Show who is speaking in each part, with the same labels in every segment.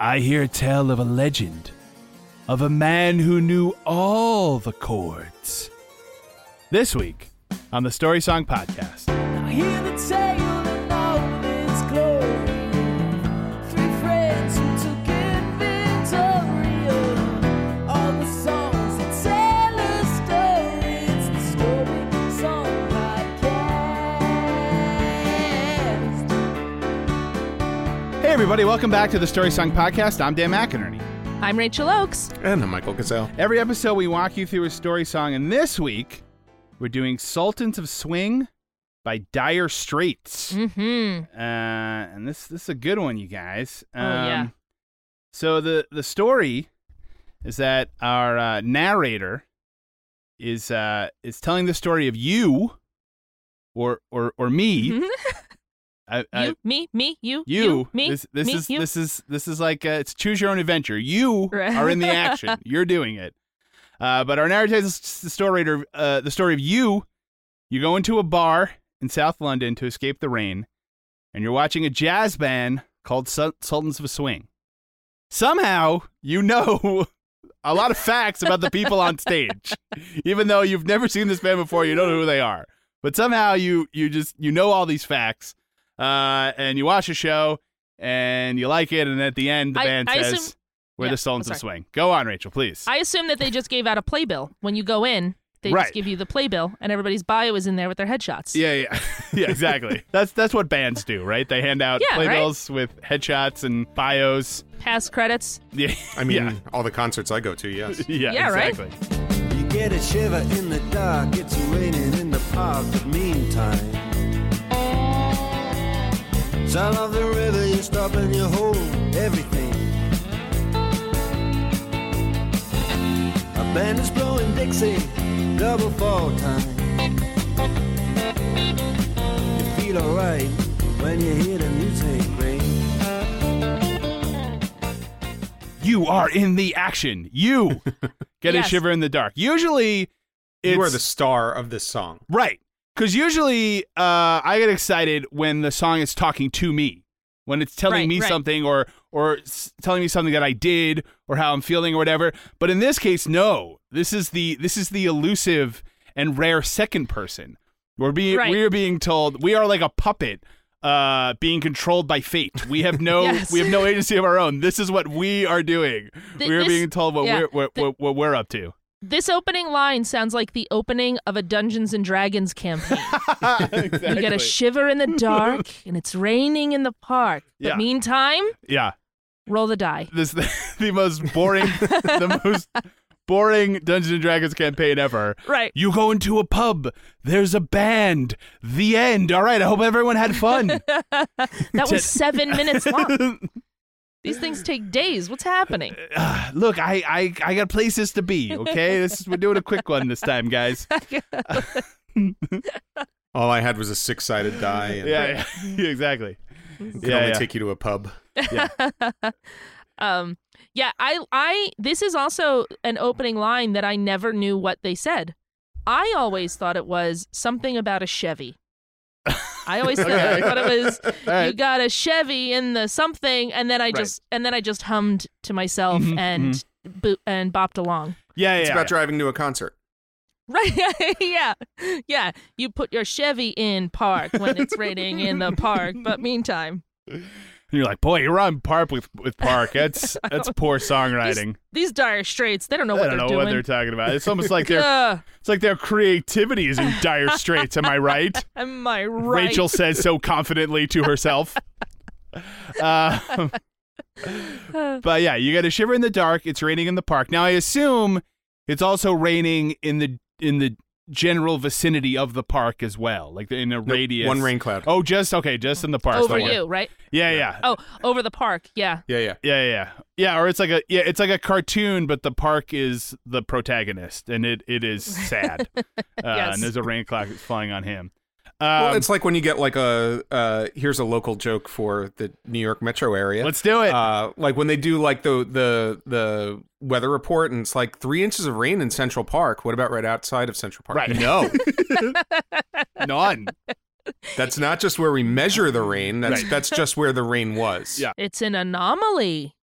Speaker 1: I hear tell of a legend of a man who knew all the chords. This week on the Story Song Podcast.
Speaker 2: I hear the tale in all its glory. Three friends who took it Victoria. All the songs that tell a story. It's the Story Song Podcast.
Speaker 1: Hey, everybody, welcome back to the Story Song Podcast. I'm Dan McInerney.
Speaker 3: I'm Rachel Oakes.
Speaker 4: And I'm Michael Gazelle.
Speaker 1: Every episode, we walk you through a story song, and this week, we're doing Sultans of Swing by Dire Straits.
Speaker 3: Mm-hmm.
Speaker 1: Uh, and this, this is a good one, you guys. Um,
Speaker 3: Oh, yeah.
Speaker 1: So, the, the story is that our uh, narrator is, uh, is telling the story of you or, or, or me.
Speaker 3: Mhm.
Speaker 1: I,
Speaker 3: you, me, me, you,
Speaker 1: you,
Speaker 3: me,
Speaker 1: this, this
Speaker 3: me,
Speaker 1: is
Speaker 3: you.
Speaker 1: this is this is like uh it's choose your own adventure you
Speaker 3: Right.
Speaker 1: are in the action you're doing it uh, but our narrative is the story uh, the story of you you go into a bar in south london to escape the rain and you're watching a jazz band called Sul- sultans of swing somehow you know a lot of facts about the people on stage even though you've never seen this band before you don't know who they are but somehow you you just you know all these facts uh, and you watch a show and you like it and at the end the
Speaker 3: I-
Speaker 1: band
Speaker 3: I
Speaker 1: says
Speaker 3: assume-
Speaker 1: we're
Speaker 3: yeah,
Speaker 1: the
Speaker 3: I'm
Speaker 1: sultans of
Speaker 3: sorry.
Speaker 1: swing go on rachel please
Speaker 3: I assume that they just gave out a playbill when you go in. They
Speaker 1: Right.
Speaker 3: just give you the playbill, and everybody's bio is in there with their headshots.
Speaker 1: yeah yeah yeah exactly that's that's what bands do right they hand out
Speaker 3: Yeah, right?
Speaker 1: playbills with headshots and bios
Speaker 3: Past credits.
Speaker 1: yeah
Speaker 4: I mean,
Speaker 1: yeah,
Speaker 4: all the concerts I go to, yes.
Speaker 1: yeah,
Speaker 3: Yeah, right?
Speaker 1: exactly
Speaker 5: You get a shiver in the dark, it's raining in the park, but meantime. Sound of the river, you stop and you hold everything. A band is blowing Dixie, double fall time. You feel alright when you hear the music ring.
Speaker 1: you are in the action you get
Speaker 3: Yes.
Speaker 1: a shiver in the dark usually it's
Speaker 4: you are the star of this song.
Speaker 1: Right. Because usually uh, I get excited when the song is talking to me, when it's telling
Speaker 3: Right,
Speaker 1: me
Speaker 3: right.
Speaker 1: something or or s- telling me something that I did or how I'm feeling or whatever. But in this case, no. This is the this is the elusive and rare second person. We're being
Speaker 3: Right.
Speaker 1: we're being told we are like a puppet uh being controlled by fate we have no
Speaker 3: Yes.
Speaker 1: we have no agency of our own this is what we are doing
Speaker 3: Th-
Speaker 1: we're
Speaker 3: this-
Speaker 1: being told what
Speaker 3: yeah.
Speaker 1: we're what,
Speaker 3: Th-
Speaker 1: what, what we're up to
Speaker 3: This opening line sounds like the opening of a Dungeons and Dragons campaign.
Speaker 1: exactly.
Speaker 3: You get a shiver in the dark, and it's raining in the park. But
Speaker 1: Yeah.
Speaker 3: meantime,
Speaker 1: yeah
Speaker 3: roll the die.
Speaker 1: this the, the most boring the most boring Dungeons and Dragons campaign ever.
Speaker 3: Right.
Speaker 1: You go into a pub, there's a band, the end. All right, I hope everyone had fun.
Speaker 3: That
Speaker 1: Did-
Speaker 3: was seven minutes long. These things take days. What's happening?
Speaker 1: Ah, Look, I, I I got places to be, okay? This is, we're doing a quick one this time, guys.
Speaker 4: All I had was a six sided die, and
Speaker 1: Yeah, yeah exactly.
Speaker 4: it can
Speaker 1: Yeah,
Speaker 4: only
Speaker 1: yeah.
Speaker 4: take you to a pub.
Speaker 3: um yeah i i this is also an opening line that i never knew what they said i always thought it was something about a chevy i always thought, I thought it was you
Speaker 1: right.
Speaker 3: got a chevy in the something and then i just and then i just hummed to myself
Speaker 1: Mhm,
Speaker 3: and bo- and bopped along
Speaker 1: Yeah, yeah.
Speaker 4: It's about driving to a concert.
Speaker 3: right yeah yeah you put your chevy in park when it's raining in the park but meantime
Speaker 1: And you're like, boy, you're on par with with Park. That's that's poor songwriting.
Speaker 3: these dire straits they don't know
Speaker 1: I
Speaker 3: what
Speaker 1: don't know
Speaker 3: they're
Speaker 1: what
Speaker 3: doing
Speaker 1: they're talking about. It's almost like their
Speaker 3: Ugh,
Speaker 1: it's like their creativity is in dire straits. Am I right?
Speaker 3: am i right
Speaker 1: Rachel says so confidently to herself. Um, but yeah, you got a shiver in the dark. It's raining in the park. Now I assume it's also raining in the in the general vicinity of the park as well, like in a radius.
Speaker 4: one rain cloud.
Speaker 1: Oh, just okay, just in the park.
Speaker 3: over
Speaker 1: Don't worry.
Speaker 3: you, right?
Speaker 1: Yeah, yeah,
Speaker 3: Oh, over the park. Yeah.
Speaker 4: Yeah, yeah.
Speaker 1: yeah, yeah, yeah. Or it's like a yeah, it's like a cartoon, but the park is the protagonist, and it it is sad. uh,
Speaker 3: Yes.
Speaker 1: And there's a rain cloud that's falling on him. Um,
Speaker 4: Well, it's like when you get like a uh, here's a local joke for the New York metro area.
Speaker 1: let's do it.
Speaker 4: Uh, like when they do like the the the weather report and it's like three inches of rain in Central Park. What about right outside of Central Park?
Speaker 1: Right.
Speaker 4: No,
Speaker 1: None.
Speaker 4: that's not just where we measure the rain. That's that's just where the rain was.
Speaker 1: Yeah.
Speaker 3: It's an anomaly.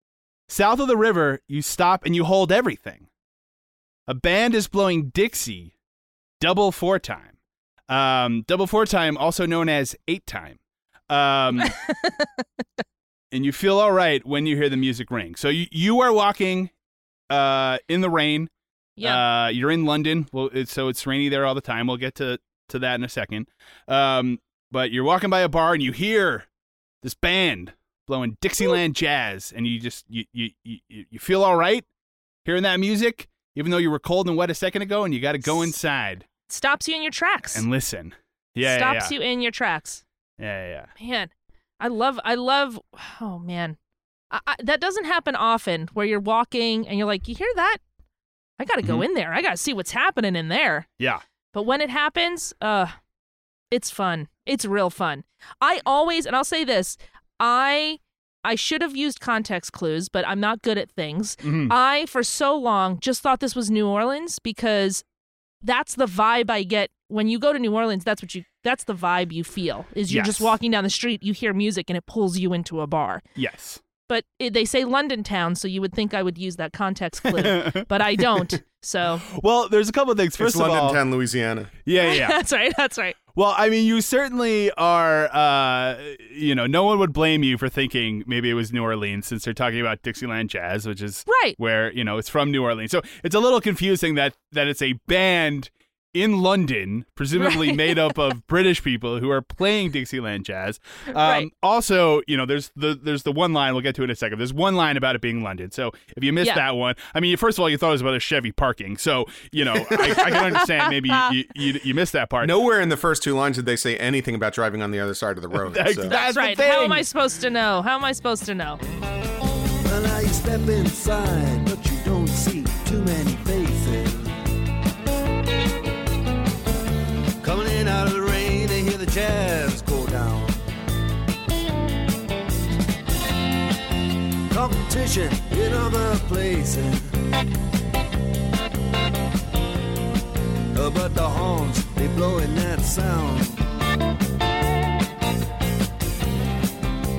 Speaker 1: South of the river, you stop and you hold everything. A band is blowing Dixie double four time. Um, double four time, also known as eight time. Um, and you feel all right when you hear the music ring. So you, you are walking uh, in the rain.
Speaker 3: Yeah.
Speaker 1: Uh, you're in London. Well, it's, so it's rainy there all the time. We'll get to, to that in a second. Um, but you're walking by a bar and you hear this band blowing Dixieland jazz, and you just you you you, you feel all right hearing that music, even though you were cold and wet a second ago, and you got to go inside
Speaker 3: Stops you in your tracks.
Speaker 1: and listen. Yeah,
Speaker 3: Stops
Speaker 1: yeah,
Speaker 3: you in your tracks.
Speaker 1: yeah, yeah, yeah.
Speaker 3: man i love i love oh man I, I, that doesn't happen often where you're walking and you're like you hear that i gotta go in there i gotta see what's happening in there
Speaker 1: Mm-hmm. yeah.
Speaker 3: but when it happens uh it's fun it's real fun i always and i'll say this i i should have used context clues but i'm not good at things
Speaker 1: Mhm.
Speaker 3: i for so long just thought this was new orleans because that's the vibe i get when you go to new orleans that's what you that's the vibe you feel is you're just
Speaker 1: Yes.
Speaker 3: walking down the street you hear music and it pulls you into a bar
Speaker 1: Yes.
Speaker 3: but it, they say london town so you would think i would use that context clue but i don't so
Speaker 1: Well, there's a couple of things.
Speaker 4: it's London Town, Louisiana.
Speaker 1: yeah, yeah.
Speaker 3: that's right that's right
Speaker 1: Well, I mean, you certainly are. Uh, you know, no one would blame you for thinking maybe it was New Orleans, since they're talking about Dixieland jazz, which is
Speaker 3: Right.
Speaker 1: where you know it's from New Orleans. So it's a little confusing that that it's a band in London, presumably
Speaker 3: Right.
Speaker 1: made up of British people who are playing Dixieland jazz. Um,
Speaker 3: Right.
Speaker 1: Also, you know, there's the there's the one line we'll get to in a second. There's one line about it being London. So if you missed
Speaker 3: Yeah.
Speaker 1: that one, I mean, first of all, you thought it was about a Chevy parking. So you know, I, I can understand maybe you, you you missed that part.
Speaker 4: Nowhere in the first two lines did they say anything about driving on the other side of the road.
Speaker 1: That's-
Speaker 4: so-
Speaker 1: that's
Speaker 3: That's
Speaker 1: the
Speaker 3: right. How am
Speaker 1: thing.
Speaker 3: I supposed to know? How am I supposed to know?
Speaker 5: Well, now you step inside, but you don't see too many faces. Coming in out of the rain, they hear the jazz go down. Competition in other places. Uh, But the horns, they blowing that sound.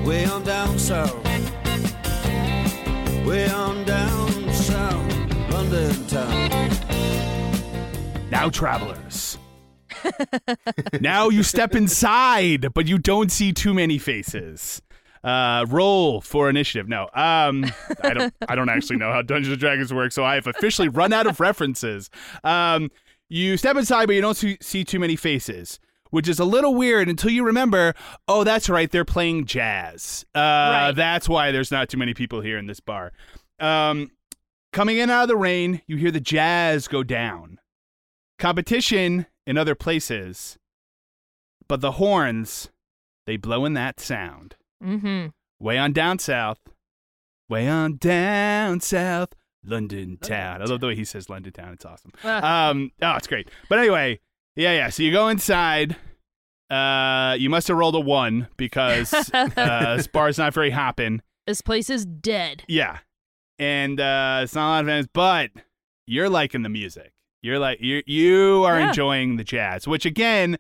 Speaker 5: Way on down south. Way on down south, London town.
Speaker 1: Now, travelers. now you step inside, but you don't see too many faces. Uh, roll for initiative. No, um, I don't. I don't actually know how Dungeons and Dragons work, so I have officially run out of references. Um, you step inside, but you don't see, see too many faces, which is a little weird until you remember. Oh, that's right, they're playing jazz. Uh, That's why there's not too many people here in this bar. Um, coming in out of the rain, you hear the jazz go down competition in other places, but the horns, they blow in that sound.
Speaker 3: Mm-hmm.
Speaker 1: Way on down south, way on down south, London town. I love the way he says London town. It's awesome. Um, oh, it's great. But anyway, yeah, yeah. So you go inside. Uh, you must have rolled a one because uh, this bar's not very hopping.
Speaker 3: This place is dead.
Speaker 1: Yeah. And uh, it's not a lot of fans, but you're liking the music. You're like you you are
Speaker 3: Yeah.
Speaker 1: enjoying the jazz, which again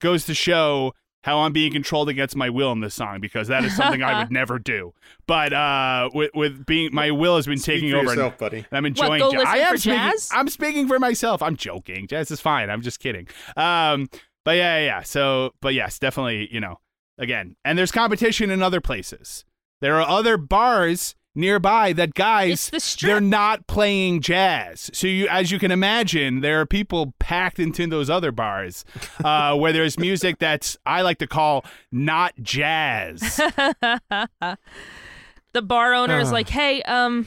Speaker 1: goes to show how I'm being controlled against my will in this song because that is something I would never do. But uh, with with being my will has been taking
Speaker 4: Speak for
Speaker 1: over.
Speaker 4: yourself,
Speaker 1: and,
Speaker 4: buddy.
Speaker 1: and I'm
Speaker 3: What,
Speaker 1: enjoying
Speaker 3: go
Speaker 1: jazz.
Speaker 3: listen
Speaker 1: I am
Speaker 3: for
Speaker 1: speaking,
Speaker 3: jazz?
Speaker 1: I'm speaking for myself. I'm joking. Jazz is fine. I'm just kidding. Um, but yeah, yeah, yeah. So, but yes, definitely, you know, again, and there's competition in other places. There are other bars nearby that guys
Speaker 3: It's the strip.
Speaker 1: they're not playing jazz. So you as you can imagine, there are people packed into those other bars uh, where there's music that's I like to call not jazz.
Speaker 3: The bar
Speaker 1: Ah.
Speaker 3: owner is like, "Hey, um,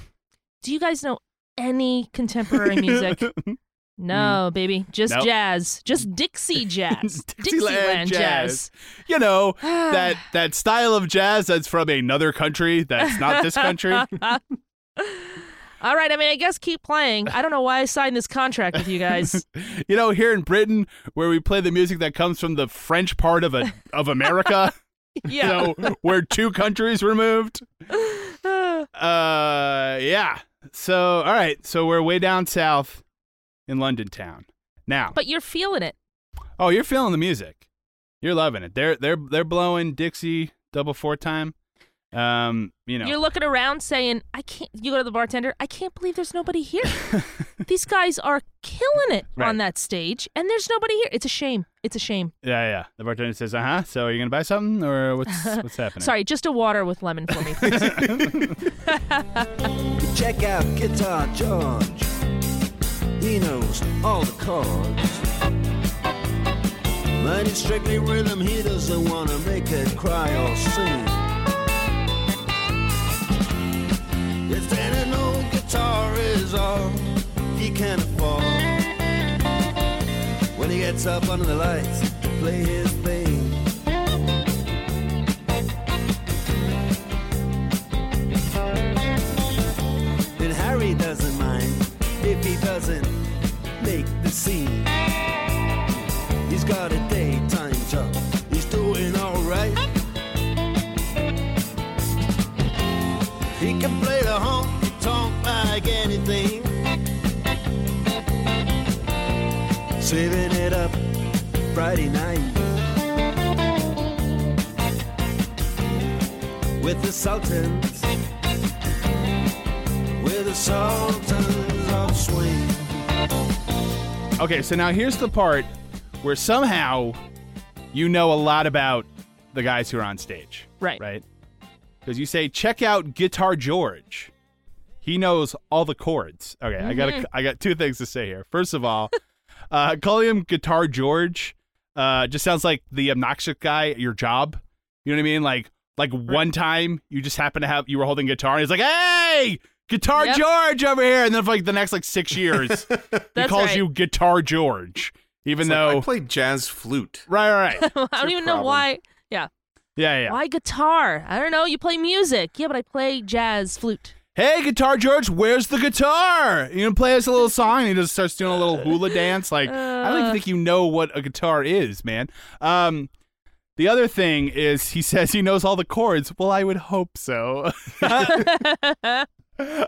Speaker 3: do you guys know any contemporary music?" No, baby, just
Speaker 1: Hmm. Nope.
Speaker 3: jazz, just Dixie jazz,
Speaker 1: Dixieland
Speaker 3: Dixieland
Speaker 1: jazz.
Speaker 3: jazz.
Speaker 1: You know that that style of jazz that's from another country that's not this country.
Speaker 3: All right, I mean, I guess keep playing. I don't know why I signed this contract with you guys.
Speaker 1: You know, here in Britain, where we play the music that comes from the French part of a of America,
Speaker 3: Yeah.
Speaker 1: you know, where two countries removed. Uh, yeah. So, all right. So we're way down south in London town now.
Speaker 3: But you're feeling it.
Speaker 1: Oh, you're feeling the music. You're loving it. They're they're they're blowing Dixie double four time. Um, you know.
Speaker 3: You're looking around saying, I can't, you go to the bartender, I can't believe there's nobody here. These guys are killing it
Speaker 1: Right.
Speaker 3: on that stage, and there's nobody here. It's a shame. It's a shame.
Speaker 1: yeah, yeah. The bartender says, "Uh huh." So, are you gonna buy something, or what's what's happening?
Speaker 3: Sorry, just a water with lemon for me, please.
Speaker 5: Check out Guitar George. He knows all the chords. But he's strictly rhythm, he doesn't want to make it cry or sing. Yes, and an old guitar is all he can afford. When he gets up under the lights to play his thing. And Harry doesn't mind if he doesn't make the scene. He's got a daytime job, he's doing alright. He can play the honky tonk like anything. Saving it up Friday night with the Sultans with the sultans of swing.
Speaker 1: Okay, so now here's the part where somehow you know a lot about the guys who are on stage,
Speaker 3: right.
Speaker 1: right? Because you say, "Check out Guitar George." He knows all the chords. Okay, I
Speaker 3: Mm-hmm.
Speaker 1: got I got two things to say here. First of all, uh, calling him Guitar George uh, just sounds like the obnoxious guy at your job. You know what I mean? Like like one time you just happen to have you were holding guitar and he's like, "Hey, Guitar
Speaker 3: Yep.
Speaker 1: George over here," and then for like the next like six years.
Speaker 3: That's
Speaker 1: he calls
Speaker 3: right.
Speaker 1: you Guitar George, even
Speaker 4: It's like,
Speaker 1: though
Speaker 4: I played jazz flute.
Speaker 1: right, right, right.
Speaker 3: I don't
Speaker 4: your
Speaker 3: even know
Speaker 4: problem.
Speaker 3: why. Yeah.
Speaker 1: yeah, yeah.
Speaker 3: Why guitar? I don't know. You play music. Yeah, but I play jazz flute.
Speaker 1: Hey, Guitar George, where's the guitar? You know, play us a little song, and he just starts doing a little hula dance. Like, I don't even think you know what a guitar is, man. Um, the other thing is, he says he knows all the chords. Well, I would hope so.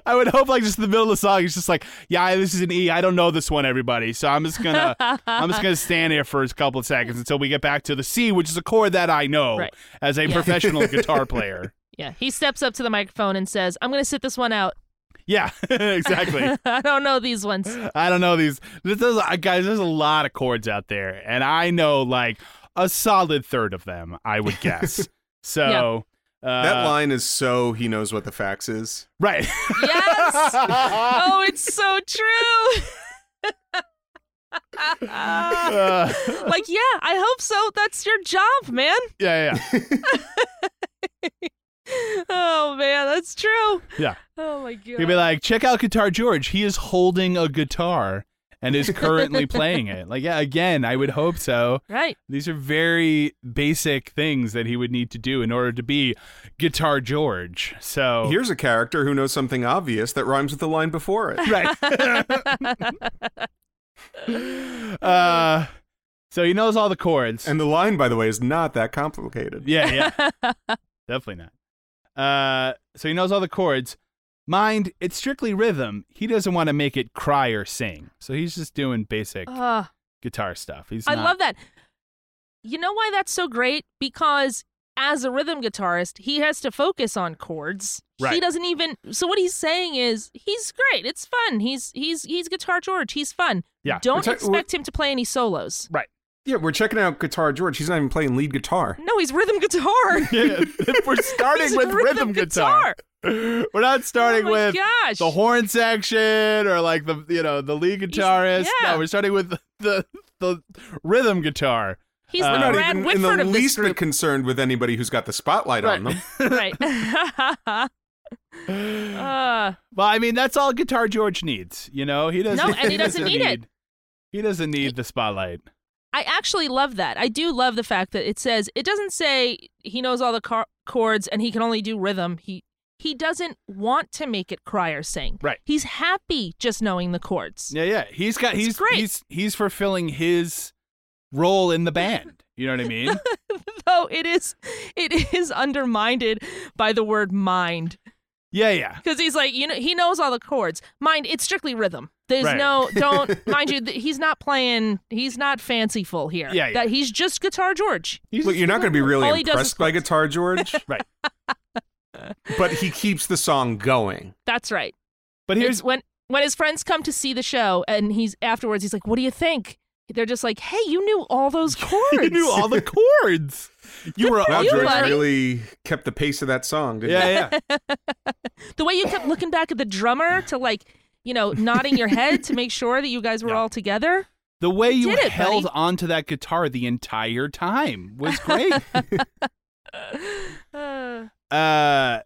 Speaker 1: I would hope, like, just in the middle of the song, he's just like, "Yeah, this is an E. I don't know this one, everybody. So I'm just gonna, I'm just gonna stand here for a couple of seconds until we get back to the C, which is a chord that I know
Speaker 3: Right.
Speaker 1: as a
Speaker 3: Yeah.
Speaker 1: professional guitar player."
Speaker 3: Yeah. He steps up to the microphone and says, I'm going to sit this one out.
Speaker 1: Yeah, exactly.
Speaker 3: I don't know these ones.
Speaker 1: I don't know these. This is, uh, guys, there's a lot of chords out there, and I know like a solid third of them, I would guess. so uh,
Speaker 4: That line is so he knows what the fax is.
Speaker 1: right?
Speaker 3: Yes. oh, it's so true.
Speaker 1: Uh,
Speaker 3: like, yeah, I hope so. That's your job, man.
Speaker 1: yeah, yeah, yeah.
Speaker 3: Oh, man, that's true.
Speaker 1: yeah.
Speaker 3: Oh, my God.
Speaker 1: He'd be like, "Check out Guitar George. He is holding a guitar and is currently playing it." Like, yeah, again, I would hope so.
Speaker 3: right.
Speaker 1: These are very basic things that he would need to do in order to be Guitar George. So
Speaker 4: Here's a character who knows something obvious that rhymes with the line before it.
Speaker 1: right. uh, so he knows all the chords.
Speaker 4: And the line, by the way, is not that complicated.
Speaker 1: yeah, yeah, definitely not. Uh, so he knows all the chords. Mind, it's strictly rhythm. He doesn't want to make it cry or sing, so he's just doing basic
Speaker 3: Ah.
Speaker 1: guitar stuff. He's
Speaker 3: I
Speaker 1: not-
Speaker 3: love that. You know why that's so great? Because as a rhythm guitarist, he has to focus on chords. He
Speaker 1: Right.
Speaker 3: doesn't even so what he's saying is he's great. It's fun. He's he's he's guitar George. He's fun.
Speaker 1: Yeah.
Speaker 3: Don't
Speaker 4: It's like-
Speaker 3: expect him to play any solos.
Speaker 1: right.
Speaker 4: Yeah, we're checking out Guitar George. He's not even playing lead guitar.
Speaker 3: No, he's rhythm guitar.
Speaker 1: Yeah, we're starting
Speaker 3: He's
Speaker 1: with
Speaker 3: rhythm
Speaker 1: guitar. We're not starting
Speaker 3: Oh my
Speaker 1: with
Speaker 3: gosh.
Speaker 1: the horn section or like the you know the lead guitarist.
Speaker 3: yeah.
Speaker 1: No, we're starting with the the, the rhythm guitar.
Speaker 3: He's
Speaker 1: Uh,
Speaker 3: the
Speaker 4: Not
Speaker 3: Brad
Speaker 4: even in
Speaker 3: Whitford
Speaker 4: the
Speaker 3: of this
Speaker 4: least bit
Speaker 3: group.
Speaker 4: concerned with anybody who's got the spotlight on them.
Speaker 3: right. Ah. uh,
Speaker 1: Well, I mean, that's all Guitar George needs. You know, he doesn't.
Speaker 3: No, and he doesn't need it.
Speaker 1: He doesn't need the spotlight.
Speaker 3: I actually love that. I do love the fact that it says it doesn't say he knows all the car- chords and he can only do rhythm. He he doesn't want to make it cry or sing.
Speaker 1: Right.
Speaker 3: He's happy just knowing the chords.
Speaker 1: Yeah, yeah. He's got.
Speaker 3: It's
Speaker 1: He's
Speaker 3: great.
Speaker 1: He's he's fulfilling his role in the band. You know what I mean?
Speaker 3: Though it is it is undermined by the word mind
Speaker 1: yeah, yeah.
Speaker 3: because he's like you know he knows all the chords. Mind it's strictly rhythm. There's
Speaker 1: Right.
Speaker 3: no don't mind you th- he's not playing he's not fanciful here.
Speaker 1: Yeah, yeah.
Speaker 3: That he's just guitar George.
Speaker 4: Look, you're not going to be
Speaker 3: All
Speaker 4: really
Speaker 3: he does is
Speaker 4: impressed by Guitar George,
Speaker 1: Right.
Speaker 4: but he keeps the song going.
Speaker 3: That's right.
Speaker 1: But here's
Speaker 3: It's when when his friends come to see the show and he's afterwards he's like what do you think they're just like hey you knew all those chords
Speaker 1: you knew all the chords. You were
Speaker 4: Wow,
Speaker 3: Oh, You,
Speaker 4: George
Speaker 3: buddy.
Speaker 4: really kept the pace of that song, didn't he?
Speaker 1: yeah, yeah.
Speaker 3: the way you kept looking back at the drummer to like you know nodding your head to make sure that you guys were all together
Speaker 1: The way you
Speaker 3: Did it,
Speaker 1: held
Speaker 3: buddy.
Speaker 1: onto that guitar the entire time was great.
Speaker 3: uh,
Speaker 1: uh,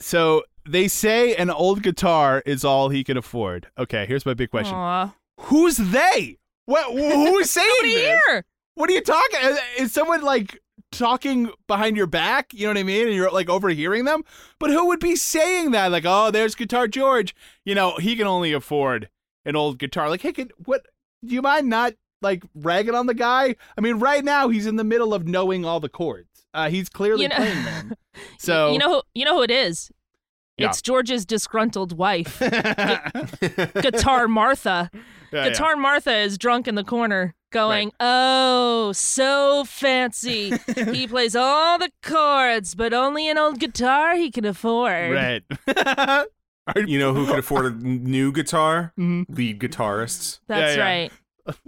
Speaker 1: so they say an old guitar is all he can afford. Okay, here's my big question:
Speaker 3: aw.
Speaker 1: Who's they? What? Who is saying
Speaker 3: nobody
Speaker 1: this?
Speaker 3: here
Speaker 1: What are you talking? is- Is someone like talking behind your back? You know what I mean? And you're like overhearing them. But who would be saying that? Like, oh, there's Guitar George. You know, he can only afford an old guitar. Like, hey, could, what? Do you mind not like ragging on the guy? I mean, right now he's in the middle of knowing all the chords. Uh, he's clearly
Speaker 3: You know-
Speaker 1: playing them. So
Speaker 3: you know who you know who it is
Speaker 1: Oh. Yeah.
Speaker 3: it's george's disgruntled wife
Speaker 1: Yeah,
Speaker 3: guitar martha
Speaker 1: yeah.
Speaker 3: Guitar Martha is drunk in the corner going, Oh, so fancy. he plays all the chords, but only an old guitar he can afford.
Speaker 1: Right.
Speaker 4: You know who could afford a new guitar?
Speaker 1: Mhm.
Speaker 4: Lead guitarists.
Speaker 3: That's
Speaker 1: Yeah, yeah.
Speaker 3: right.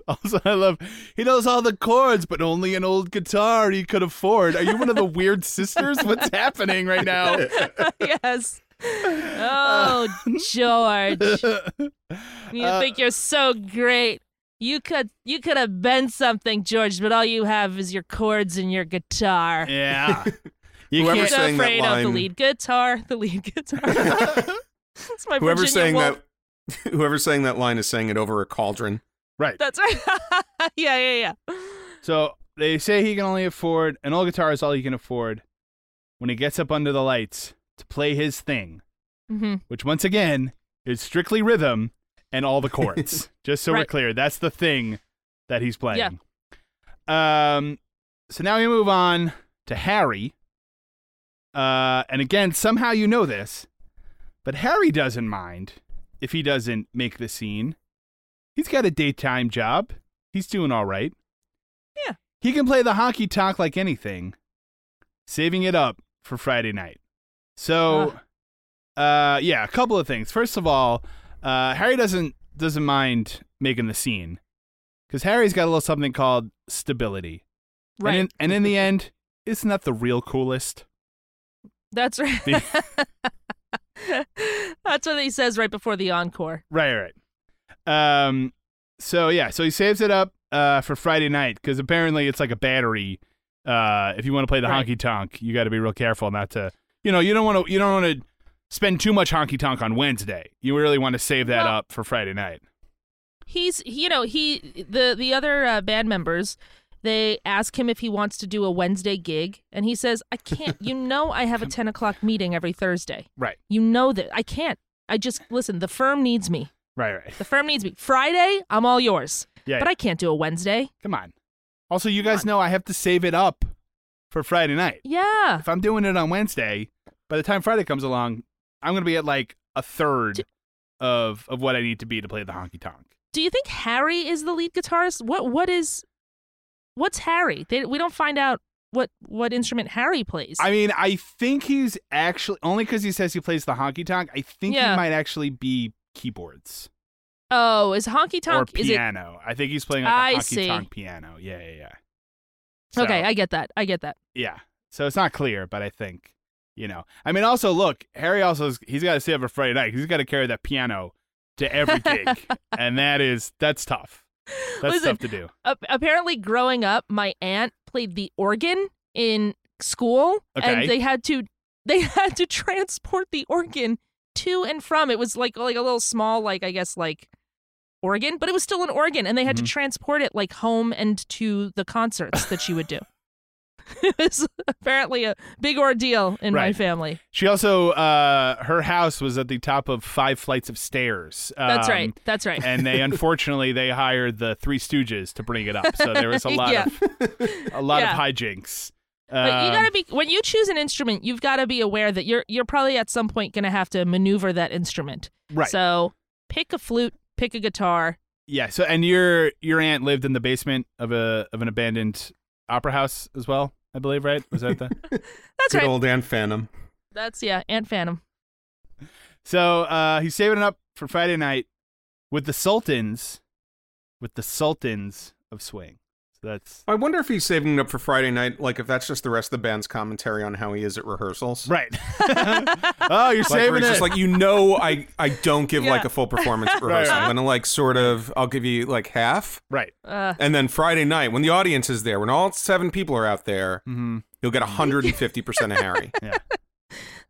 Speaker 1: Also, I love he knows all the chords, but only an old guitar he could afford. Are you one of the weird sisters? What's happening right now?
Speaker 3: yes. Oh, George. You think you're so great. You could you could have been something, George, but all you have is your chords and your guitar.
Speaker 1: Yeah. You
Speaker 4: Whoever
Speaker 1: can't-
Speaker 3: He's
Speaker 4: said- sang that
Speaker 3: afraid of the
Speaker 4: line-
Speaker 3: lead guitar. The lead guitar. That's my Virginia
Speaker 4: Whoever's saying
Speaker 3: Woolf
Speaker 4: that, whoever sang that line is saying it over a cauldron.
Speaker 1: right.
Speaker 3: That's right. yeah, yeah, yeah.
Speaker 1: So they say he can only afford an old guitar is all he can afford when he gets up under the lights to play his thing,
Speaker 3: Mm-hmm.
Speaker 1: which once again is strictly rhythm and all the chords. Just so we're
Speaker 3: Right.
Speaker 1: clear, that's the thing that he's playing. Um so now we move on to Harry. Uh and again, somehow you know this, but Harry doesn't mind if he doesn't make the scene. He's got a daytime job. He's doing all right.
Speaker 3: Yeah.
Speaker 1: He can play the honky tonk like anything, saving it up for Friday night. So, uh, yeah, a couple of things. First of all, uh, Harry doesn't doesn't mind making the scene because Harry's got a little something called stability.
Speaker 3: Right.
Speaker 1: And in, and in the end, isn't that the real coolest?
Speaker 3: That's right. That's what he says right before the encore.
Speaker 1: Right, right. right. Um, so yeah, so he saves it up uh for Friday night because apparently it's like a battery. Uh, if you want to play the
Speaker 3: Right.
Speaker 1: honky tonk, you got to be real careful not to, you know, you don't want to, you don't want to spend too much honky tonk on Wednesday. You really want to save that
Speaker 3: Well-
Speaker 1: up for Friday night.
Speaker 3: He's, you know, he the the other uh, band members. They ask him if he wants to do a Wednesday gig, and he says, "I can't. You know, I have a ten o'clock meeting every Thursday.
Speaker 1: Right,
Speaker 3: You know that I can't. I just listen. The firm needs me.
Speaker 1: right, right.
Speaker 3: The firm needs me. Friday, I'm all yours.
Speaker 1: Yeah,
Speaker 3: but
Speaker 1: yeah.
Speaker 3: I can't do a Wednesday.
Speaker 1: Come on. Also, you guys know I have to save it up for Friday night.
Speaker 3: Yeah,
Speaker 1: If I'm doing it on Wednesday, by the time Friday comes along, I'm gonna be at like a third of of what I need to be to play the honky tonk.
Speaker 3: Do you think Harry is the lead guitarist? What what is what's Harry? They, we don't find out what what instrument Harry plays.
Speaker 1: I mean, I think he's actually only because he says he plays the honky tonk. I think
Speaker 3: Yeah.
Speaker 1: he might actually be keyboards
Speaker 3: oh, is honky tonk?
Speaker 1: or
Speaker 3: Is it
Speaker 1: piano. I think he's playing like
Speaker 3: I
Speaker 1: a honky
Speaker 3: see.
Speaker 1: tonk piano. Yeah, yeah, yeah.
Speaker 3: okay?
Speaker 1: So,
Speaker 3: I get that. I get that.
Speaker 1: yeah. So it's not clear, but I think you know. I mean, also look, Harry also is, he's got to stay up for Friday night. He's got to carry that piano to every gig, and that is that's tough. That's
Speaker 3: Listen,
Speaker 1: tough to do.
Speaker 3: A- apparently, growing up, my aunt played the organ in school,
Speaker 1: Okay.
Speaker 3: and they had to they had to transport the organ to and from. It was like like a little small, like I guess like Oregon, but it was still in Oregon, and they had
Speaker 1: Mhm.
Speaker 3: to transport it like home and to the concerts that she would do. it was apparently a big ordeal in my
Speaker 1: Right.
Speaker 3: family.
Speaker 1: She also, uh, her house was at the top of five flights of stairs.
Speaker 3: That's
Speaker 1: Um,
Speaker 3: right. That's right.
Speaker 1: And they unfortunately they hired the Three Stooges to bring it up, so there was a lot
Speaker 3: Yeah.
Speaker 1: of a lot
Speaker 3: Yeah.
Speaker 1: of hijinks.
Speaker 3: But you
Speaker 1: Um,
Speaker 3: gotta be when you choose an instrument, you've got to be aware that you're you're probably at some point gonna have to maneuver that instrument.
Speaker 1: right.
Speaker 3: So pick a flute, pick a guitar.
Speaker 1: Yeah. So, and your your aunt lived in the basement of a of an abandoned opera house as well, I believe. Right? Was that the?
Speaker 3: That's
Speaker 4: Good
Speaker 3: right.
Speaker 4: old Ann Phantom.
Speaker 3: That's yeah, Aunt Phantom.
Speaker 1: so uh, he's saving it up for Friday night with the Sultans, with the Sultans of swing. So that's
Speaker 4: I wonder if he's saving it up for Friday night. Like if that's just the rest of the band's commentary on how he is at rehearsals.
Speaker 1: right. oh, you're
Speaker 4: Like, where
Speaker 1: saving
Speaker 4: it's
Speaker 1: it.
Speaker 4: just like you know, I I don't give
Speaker 3: Yeah.
Speaker 4: like a full performance at
Speaker 1: Right,
Speaker 4: rehearsal.
Speaker 1: right.
Speaker 4: I'm gonna like sort of I'll give you like half,
Speaker 1: right.
Speaker 3: Uh,
Speaker 4: and then Friday night when the audience is there, when all seven people are out there,
Speaker 1: Mm-hmm.
Speaker 4: you'll get 150 percent of Harry.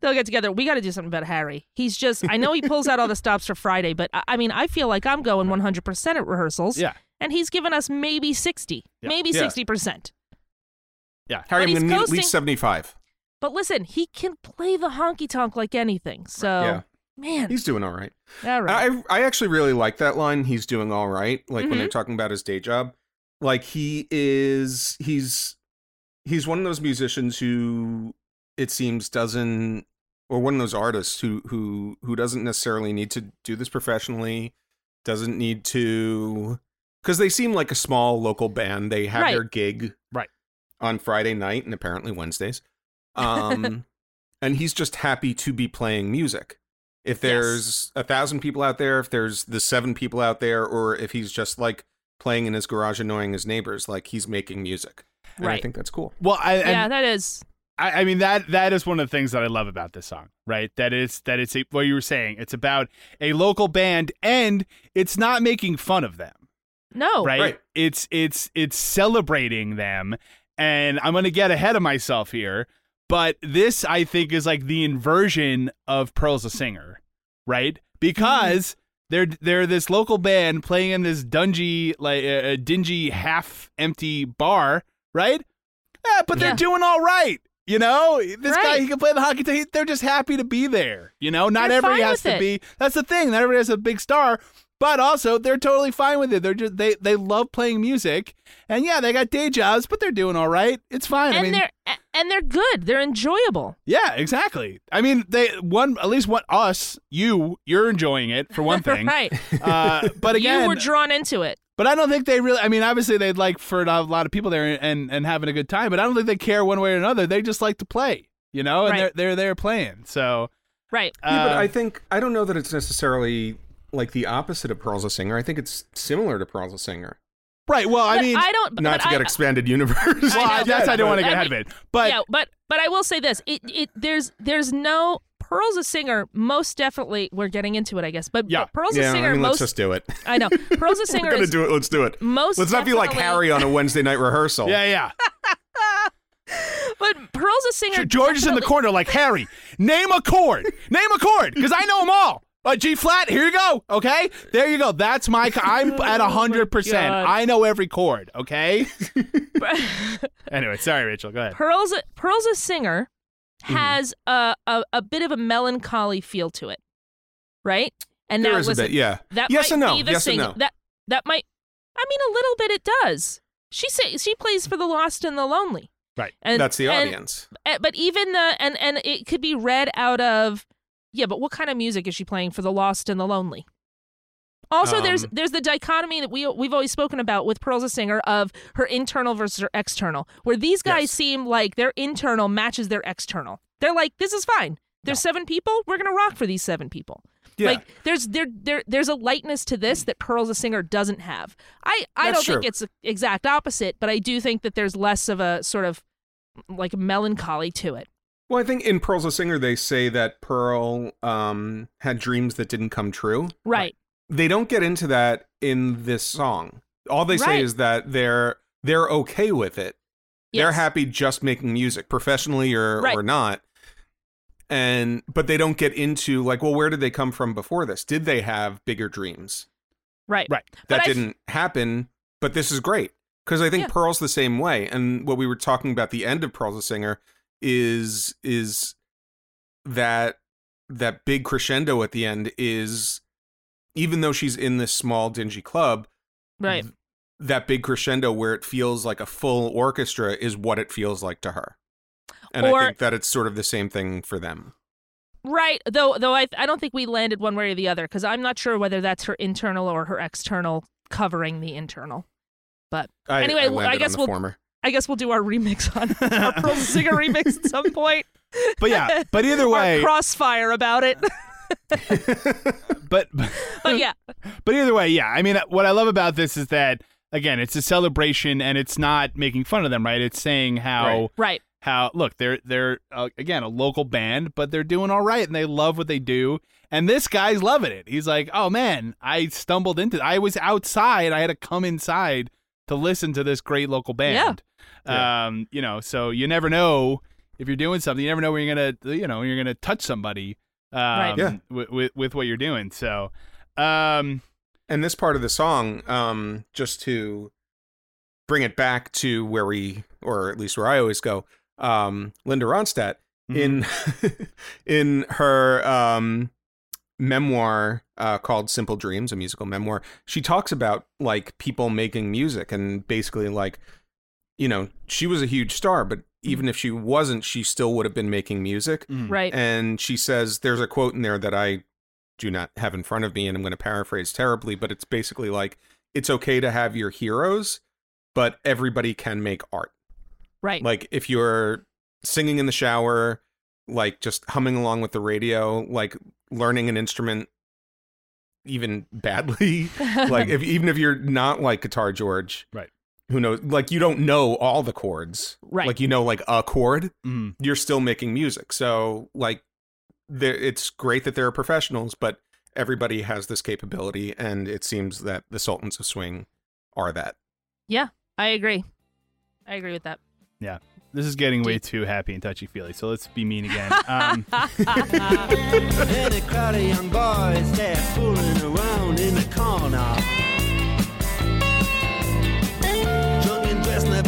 Speaker 3: they'll get together. We got to do something about Harry. He's just I know he pulls out all the stops for Friday, but I, I mean I feel like I'm going 100 percent at rehearsals.
Speaker 1: Yeah.
Speaker 3: And he's given us maybe 60,
Speaker 1: Yeah.
Speaker 3: maybe
Speaker 4: Yeah.
Speaker 3: 60 percent.
Speaker 4: Harry,
Speaker 3: But
Speaker 4: I'm
Speaker 3: he's
Speaker 4: gonna need at
Speaker 3: coasting.
Speaker 4: least 75.
Speaker 3: But listen, he can play the honky tonk like anything. So
Speaker 4: Yeah.
Speaker 3: man,
Speaker 4: He's doing all right.
Speaker 3: all Oh. right.
Speaker 4: I I actually really like that line. He's doing all right. Like when
Speaker 3: Mm-hmm.
Speaker 4: they're talking about his day job, like he is. He's he's one of those musicians who it seems doesn't, or one of those artists who who who doesn't necessarily need to do this professionally. Doesn't need to, because they seem like a small local band. They have
Speaker 3: Right.
Speaker 4: their gig
Speaker 1: Right.
Speaker 4: on Friday night and apparently Wednesdays. Um, and he's just happy to be playing music if there's a thousand people out there, if there's the seven people out there, or if he's just like playing in his garage annoying his neighbors, like he's making music. And I
Speaker 3: Right.
Speaker 4: think that's cool.
Speaker 1: Well, I, and
Speaker 3: yeah, that is
Speaker 1: I, I mean that that is one of the things that I love about this song, right? That it's that it's a, what you were saying. It's about a local band, and it's not making fun of them.
Speaker 3: no
Speaker 1: right?
Speaker 4: right.
Speaker 1: It's it's it's celebrating them, and I'm gonna get ahead of myself here, but this I think is like the inversion of Pearl's a singer,
Speaker 3: Mm-hmm.
Speaker 1: right? Because they're they're this local band playing in this dungy like a uh, dingy half empty bar, right? Eh, but they're
Speaker 3: Yeah.
Speaker 1: doing all right. You know, this guy
Speaker 3: Right.
Speaker 1: he can play the hockey. T- they're just happy to be there. You know, not
Speaker 3: They're
Speaker 1: everybody
Speaker 3: fine
Speaker 1: has
Speaker 3: with
Speaker 1: to
Speaker 3: it.
Speaker 1: be. That's the thing. Not everybody has a big star, but also they're totally fine with it. They're just they they love playing music, and yeah, they got day jobs, but they're doing all right. It's fine.
Speaker 3: and
Speaker 1: I mean,
Speaker 3: they're a- and they're good. They're enjoyable.
Speaker 1: yeah, exactly. I mean, they one at least one us you you're enjoying it for one thing.
Speaker 3: right.
Speaker 1: uh, but again,
Speaker 3: you were drawn into it.
Speaker 1: but I don't think they really. I mean, obviously they'd like for a lot of people there and and having a good time, but I don't think they care one way or another. They just like to play, you know, and
Speaker 3: Right.
Speaker 1: they're they're there playing. So
Speaker 3: Right.
Speaker 4: yeah, but
Speaker 1: uh,
Speaker 4: I
Speaker 3: Um,
Speaker 4: think I don't know that it's necessarily like the opposite of Pearl's a singer. I think it's similar to Pearl's a singer.
Speaker 1: right. Well, I
Speaker 3: But
Speaker 1: mean,
Speaker 3: I don't
Speaker 4: Not
Speaker 3: but
Speaker 4: to
Speaker 3: I,
Speaker 4: get expanded universe.
Speaker 1: well, I, that's I don't want to get
Speaker 3: I
Speaker 1: ahead of
Speaker 3: mean-
Speaker 1: it, but
Speaker 3: yeah, but but I will say this: it it there's there's no Pearl's a singer. Most definitely, we're getting into it, I guess. But,
Speaker 1: Yeah.
Speaker 3: but Pearl's
Speaker 4: yeah,
Speaker 3: a singer.
Speaker 4: I mean,
Speaker 3: most
Speaker 4: let's just do it.
Speaker 3: I know Pearl's a
Speaker 4: We're
Speaker 3: singer.
Speaker 4: gonna
Speaker 3: is
Speaker 4: do it. Let's do it.
Speaker 3: most
Speaker 4: let's not be like
Speaker 3: definitely-
Speaker 4: Harry on a Wednesday night rehearsal.
Speaker 1: yeah, yeah.
Speaker 3: But Pearl's a singer.
Speaker 1: Sure, George is in the
Speaker 3: definitely-
Speaker 1: corner like Harry. Name a chord. Name a chord because I know them all. A G flat. Here you go. Okay, there you go. That's my. co- I'm at hundred percent.
Speaker 3: God.
Speaker 1: I know every chord. Okay. anyway, sorry, Rachel. Go ahead.
Speaker 3: Pearl's a, Pearl's a singer
Speaker 4: Mm-hmm.
Speaker 3: has a, a a bit of a melancholy feel to it, right? And
Speaker 4: there
Speaker 3: now
Speaker 4: is
Speaker 3: listen,
Speaker 4: a bit. Yeah,
Speaker 3: That
Speaker 4: yes
Speaker 3: might
Speaker 4: and no.
Speaker 3: be the
Speaker 4: yes
Speaker 3: sing-
Speaker 4: and no.
Speaker 3: That that might. I mean, a little bit it does. She say she plays for the lost and the lonely.
Speaker 1: Right.
Speaker 3: And
Speaker 4: that's the
Speaker 3: and-
Speaker 4: audience.
Speaker 3: eh, but even the and and it could be read out of. Yeah, but what kind of music is she playing for the lost and the lonely? Also, there's
Speaker 4: Um,
Speaker 3: there's the dichotomy that we we've always spoken about with Pearl's a singer of her internal versus her external, where these guys
Speaker 4: Yes.
Speaker 3: seem like their internal matches their external. They're like, this is fine. There's seven people. We're gonna rock for these seven people.
Speaker 4: Yeah.
Speaker 3: Like there's there there there's a lightness to this that Pearl's a singer doesn't have. I I
Speaker 4: That's
Speaker 3: don't
Speaker 4: true.
Speaker 3: think it's the exact opposite, but I do think that there's less of a sort of like melancholy to it.
Speaker 4: Well, I think in Pearl's a Singer, they say that Pearl um, had dreams that didn't come true.
Speaker 3: Right.
Speaker 4: They don't get into that in this song. All they say
Speaker 3: Right.
Speaker 4: is that they're they're okay with it. They're
Speaker 3: Yes.
Speaker 4: happy just making music, professionally or
Speaker 3: Right.
Speaker 4: or not. And but they don't get into like, well, where did they come from before this? Did they have bigger dreams?
Speaker 3: Right.
Speaker 1: Right.
Speaker 4: that
Speaker 3: but I f-
Speaker 4: didn't happen, but this is great because I think
Speaker 3: Yeah.
Speaker 4: Pearl's the same way. And what we were talking about the end of Pearl's a Singer is is that that big crescendo at the end is even though she's in this small dingy club,
Speaker 3: Right.
Speaker 4: that big crescendo where it feels like a full orchestra is what it feels like to her. And
Speaker 3: Or-
Speaker 4: I think that it's sort of the same thing for them.
Speaker 3: Right. Though though I I don't think we landed one way or the other because I'm not sure whether that's her internal or her external covering the internal.
Speaker 4: I,
Speaker 3: Anyway,
Speaker 4: I
Speaker 3: well, I
Speaker 4: landed on
Speaker 3: guess
Speaker 4: the
Speaker 3: we'll-
Speaker 4: former.
Speaker 3: I guess we'll do our remix on our Pearl Singer remix at some point.
Speaker 1: But yeah, but either
Speaker 3: Our
Speaker 1: way,
Speaker 3: crossfire about it.
Speaker 1: but
Speaker 3: but yeah.
Speaker 1: but either way, yeah. I mean, what I love about this is that again, it's a celebration and it's not making fun of them, right? It's saying how
Speaker 4: Right.
Speaker 3: Right.
Speaker 1: how look they're they're uh, again a local band but they're doing all right and they love what they do and this guy's loving it he's like oh man i stumbled into i was outside i had to come inside to listen to this great local band um you know so you never know if you're doing something you never know when you're gonna you know you're gonna touch somebody um
Speaker 4: Yeah.
Speaker 1: with, with with what you're doing so um
Speaker 4: and this part of the song um just to bring it back to where we or at least where i always go um linda ronstadt in in her um memoir uh called simple dreams a musical memoir she talks about like people making music and basically like you know she was a huge star but even if she wasn't she still would have been making music
Speaker 3: Right.
Speaker 4: and she says there's a quote in there that I do not have in front of me, and I'm going to paraphrase terribly, but it's basically like it's okay to have your heroes, but everybody can make art.
Speaker 3: Right.
Speaker 4: Like if you're singing in the shower, like just humming along with the radio, like learning an instrument, even badly, like if even if you're not like guitar George,
Speaker 1: Right.
Speaker 4: Who knows? Like you don't know all the chords,
Speaker 3: Right.
Speaker 4: Like you know like a chord,
Speaker 1: Mm.
Speaker 4: you're still making music. So like there it's great that there are professionals, but everybody has this capability and it seems that the Sultans of Swing are that.
Speaker 3: yeah. I agree. I agree with that.
Speaker 1: yeah this is getting way too happy and touchy feely so let's be mean again um
Speaker 5: And a crowd of young boys there fooling around in the corner. Drunk and dressed in their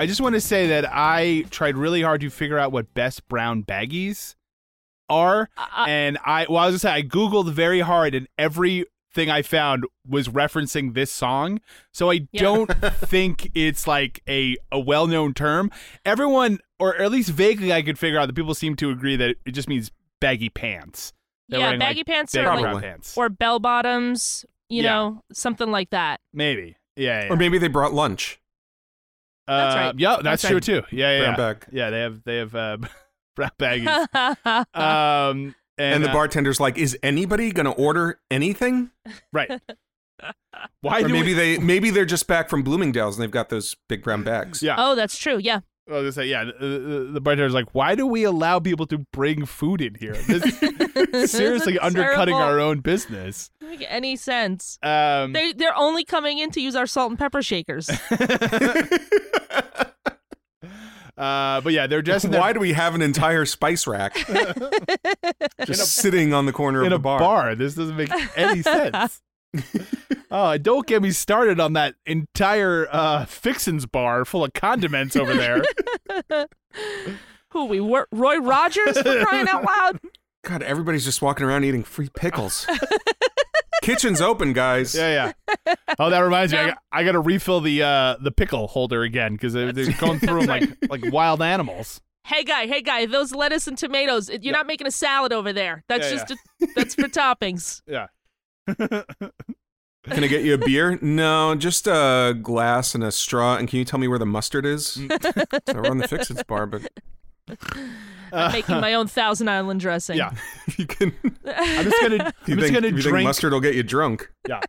Speaker 1: I just want to say that I tried really hard to figure out what best brown baggies are, and I well, I was gonna say I googled very hard, and everything I found was referencing this song. So I
Speaker 3: Yeah.
Speaker 1: don't think it's like a a well known term. Everyone, or at least vaguely, I could figure out that people seem to agree that it just means baggy pants. They're
Speaker 3: yeah,
Speaker 1: wearing, like,
Speaker 3: baggy pants
Speaker 1: baggy
Speaker 3: or like,
Speaker 1: brown
Speaker 4: Probably.
Speaker 1: pants,
Speaker 3: or bell bottoms, you
Speaker 1: Yeah.
Speaker 3: know, something like that.
Speaker 1: maybe. Yeah, yeah.
Speaker 4: Or maybe they brought lunch.
Speaker 3: that's
Speaker 1: Uh,
Speaker 3: right.
Speaker 1: Yeah, that's,
Speaker 3: That's
Speaker 1: true
Speaker 3: right.
Speaker 1: too. Yeah, yeah,
Speaker 4: Brown
Speaker 1: yeah.
Speaker 4: bag.
Speaker 1: Yeah, they have they have uh, brown baggies.
Speaker 3: right.
Speaker 1: um and,
Speaker 4: Ah. And, the
Speaker 1: uh,
Speaker 4: bartender's like, is anybody gonna order anything?
Speaker 1: right why
Speaker 4: or
Speaker 1: do
Speaker 4: maybe
Speaker 1: we,
Speaker 4: they maybe they're just back from Bloomingdale's and they've got those big brown bags.
Speaker 1: yeah
Speaker 3: Oh, that's true. Yeah.
Speaker 1: i was gonna say yeah the, the, the bartender's like why do we allow people to bring food in here this seriously
Speaker 3: It's
Speaker 1: undercutting our
Speaker 3: terrible.
Speaker 1: own business
Speaker 3: Doesn't make any sense.
Speaker 1: um
Speaker 3: They they're only coming in to use our salt and pepper shakers.
Speaker 1: uh but yeah they're dressed in, their-
Speaker 4: Why do we have an entire spice rack just sitting on the corner
Speaker 1: in
Speaker 4: of
Speaker 1: a
Speaker 4: the bar?
Speaker 1: bar. this doesn't make any sense oh and don't get me started on that entire uh fixins bar full of condiments over there
Speaker 3: Who we were Roy Rogers for crying out loud.
Speaker 4: God, everybody's just walking around eating free pickles. Kitchen's open, guys.
Speaker 1: Yeah, yeah. Oh, that reminds me. I got, I got to refill the uh, the pickle holder again because they're, they're going through 'em like like wild animals.
Speaker 3: Hey guy, hey guy, those lettuce and tomatoes. You're not making a salad over there. That's
Speaker 1: Yeah,
Speaker 3: just a, that's for toppings.
Speaker 1: Yeah.
Speaker 4: Can I get you a beer? No, just a glass and a straw. And can you tell me where the mustard is? so we're on the fix its bar, but
Speaker 3: I'm making my own Thousand Island dressing.
Speaker 1: Yeah.
Speaker 4: if you can.
Speaker 1: I'm just gonna I'm
Speaker 4: You
Speaker 1: just
Speaker 4: think,
Speaker 1: gonna
Speaker 4: you think
Speaker 1: drink.
Speaker 4: mustard will get you drunk?
Speaker 1: Yeah.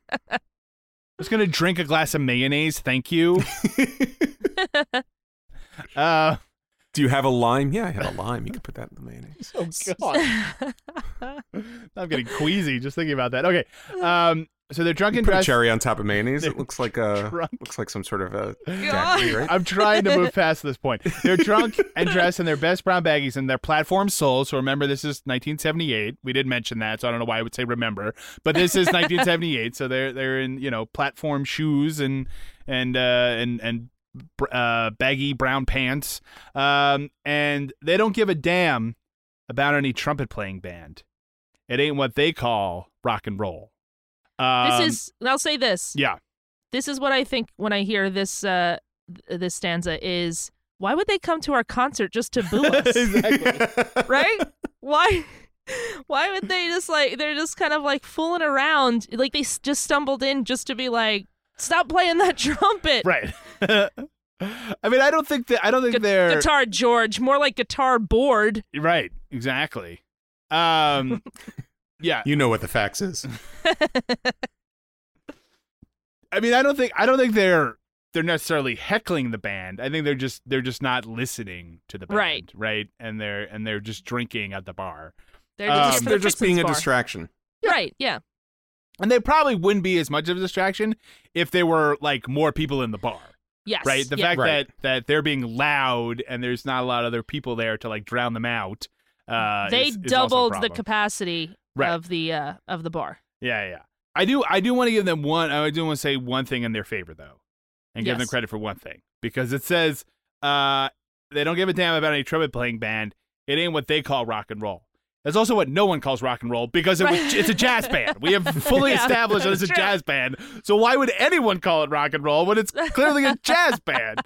Speaker 1: was gonna drink a glass of mayonnaise. Thank you. uh,
Speaker 4: Do you have a lime? Yeah, I have a lime. You can put that in the mayonnaise.
Speaker 1: oh I'm getting queasy just thinking about that. Okay. Um. So they're drunk and
Speaker 4: Put a
Speaker 1: dressed.
Speaker 4: cherry on top of mayonnaise. It looks like a
Speaker 1: drunk.
Speaker 4: looks like some sort of a
Speaker 3: God.
Speaker 4: daiquiri, right?
Speaker 1: I'm trying to move past this point. They're drunk and dressed in their best brown baggies and their platform soles. So remember, this is 1978. We did mention that, so I don't know why I would say remember, but this is 1978. So they're they're in you know platform shoes and and uh, and and br- uh, baggy brown pants, um, and they don't give a damn about any trumpet playing band. It ain't what they call rock and roll. Um,
Speaker 3: this is. I'll say this.
Speaker 1: yeah.
Speaker 3: This is what I think when I hear this. Uh, th- this stanza is. Why would they come to our concert just to boo us? right? Why? Why would they just like they're just kind of like fooling around? Like they s- just stumbled in just to be like, stop playing that trumpet.
Speaker 1: right. I mean, I don't think that I don't think
Speaker 3: Gu-
Speaker 1: they're
Speaker 3: guitar George, more like guitar board.
Speaker 1: right. Exactly. Um, yeah.
Speaker 4: You know what the fax is.
Speaker 1: I mean, I don't think I don't think they're they're necessarily heckling the band. I think they're just they're just not listening to the band,
Speaker 3: Right.
Speaker 1: Right. And they're and they're just drinking at the bar,
Speaker 3: They're
Speaker 1: Um,
Speaker 3: just,
Speaker 1: It's
Speaker 3: for
Speaker 4: They're
Speaker 3: the
Speaker 4: just
Speaker 3: fixins
Speaker 4: being a
Speaker 3: bar.
Speaker 4: distraction.
Speaker 3: Right? Yeah.
Speaker 1: and they probably wouldn't be as much of a distraction if there were like more people in the bar.
Speaker 3: Yes.
Speaker 1: right the
Speaker 3: yeah.
Speaker 1: fact that
Speaker 4: Right.
Speaker 1: that they're being loud and there's not a lot of other people there to like drown them out uh
Speaker 3: they
Speaker 1: is- is also a
Speaker 3: doubled the
Speaker 1: problem.
Speaker 3: capacity
Speaker 1: Right.
Speaker 3: of the uh, of the bar.
Speaker 1: yeah yeah i do i do want to give them one i do want to say one thing in their favor though and give them
Speaker 3: Yes.
Speaker 1: credit for one thing because it says uh they don't give a damn about any trumpet playing band it ain't what they call rock and roll that's also what no one calls rock and roll because it was,
Speaker 3: Right.
Speaker 1: it's a jazz band. We have fully
Speaker 3: Yeah,
Speaker 1: established that it's a
Speaker 3: true.
Speaker 1: jazz band. So why would anyone call it rock and roll when it's clearly a jazz band?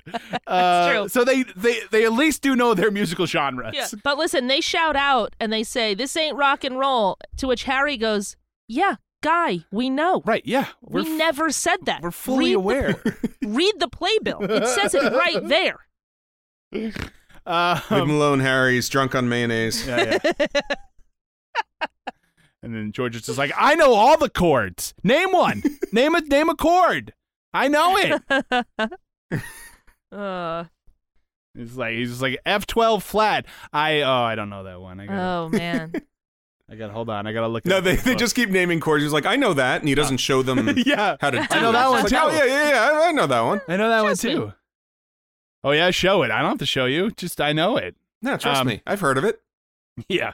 Speaker 1: Uh,
Speaker 3: true.
Speaker 1: So they, they they at least do know their musical genres.
Speaker 3: Yeah. But listen, they shout out and they say, "This ain't rock and roll." To which Harry goes, "Yeah, guy, we know.
Speaker 1: Right. Yeah. We're
Speaker 3: we
Speaker 1: f-
Speaker 3: never said that.
Speaker 1: we're fully
Speaker 3: Read the-
Speaker 1: aware.
Speaker 3: read the playbill. It says it right there."
Speaker 1: um,
Speaker 4: Leave him alone, Harry. He's drunk on mayonnaise.
Speaker 1: yeah, yeah. and then George is just like, I know all the chords. Name one. name a name a chord. I know it.
Speaker 3: Uh,
Speaker 1: It's like he's just like F twelve flat. I oh I don't know that one. I got
Speaker 3: oh man.
Speaker 1: I got to hold on. I gotta look. it
Speaker 4: No,
Speaker 1: up
Speaker 4: they,
Speaker 1: in the
Speaker 4: they
Speaker 1: book.
Speaker 4: just keep naming chords. He's like, I know that, and he doesn't show them
Speaker 1: Uh, yeah.
Speaker 4: how to do
Speaker 1: I know
Speaker 4: it.
Speaker 1: that
Speaker 4: It's
Speaker 1: one,
Speaker 4: like,
Speaker 1: too.
Speaker 4: Oh, yeah, yeah, yeah. I, I know that one.
Speaker 1: I know that
Speaker 3: Trust
Speaker 1: one
Speaker 3: me.
Speaker 1: too. Oh yeah, show it. I don't have to show you. Just I know it.
Speaker 4: No, trust
Speaker 1: Um,
Speaker 4: me. I've heard of it.
Speaker 1: Yeah.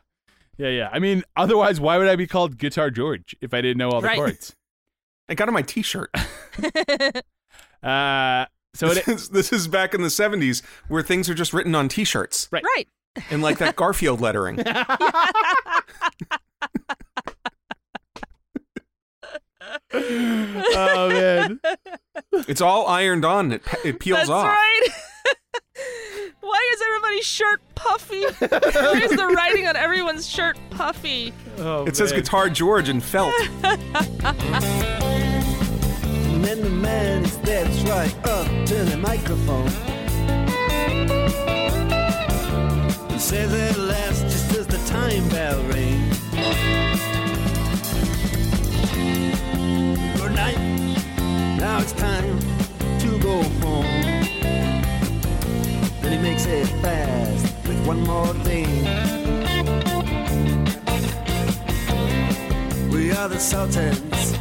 Speaker 1: Yeah, yeah. I mean, otherwise, why would I be called Guitar George if I didn't know all the
Speaker 3: Right.
Speaker 1: chords?
Speaker 4: I got on my T-shirt.
Speaker 1: Uh, so
Speaker 4: this,
Speaker 1: it,
Speaker 4: is, this is back in the '70s, where things are just written on T-shirts
Speaker 1: Right.
Speaker 3: right.
Speaker 4: and like that Garfield lettering.
Speaker 1: oh man,
Speaker 4: It's all ironed on. It, pe- it peels
Speaker 3: That's
Speaker 4: off.
Speaker 3: right. Why is everybody's shirt puffy? Why is the writing on everyone's shirt puffy?
Speaker 1: oh,
Speaker 4: It says
Speaker 1: man.
Speaker 4: Guitar George in felt.
Speaker 5: And then the man steps right up to the microphone. He says at last, just as the time bell rings. Good night. Now it's time to go home. Then he makes it fast with one more thing. We are the Sultans.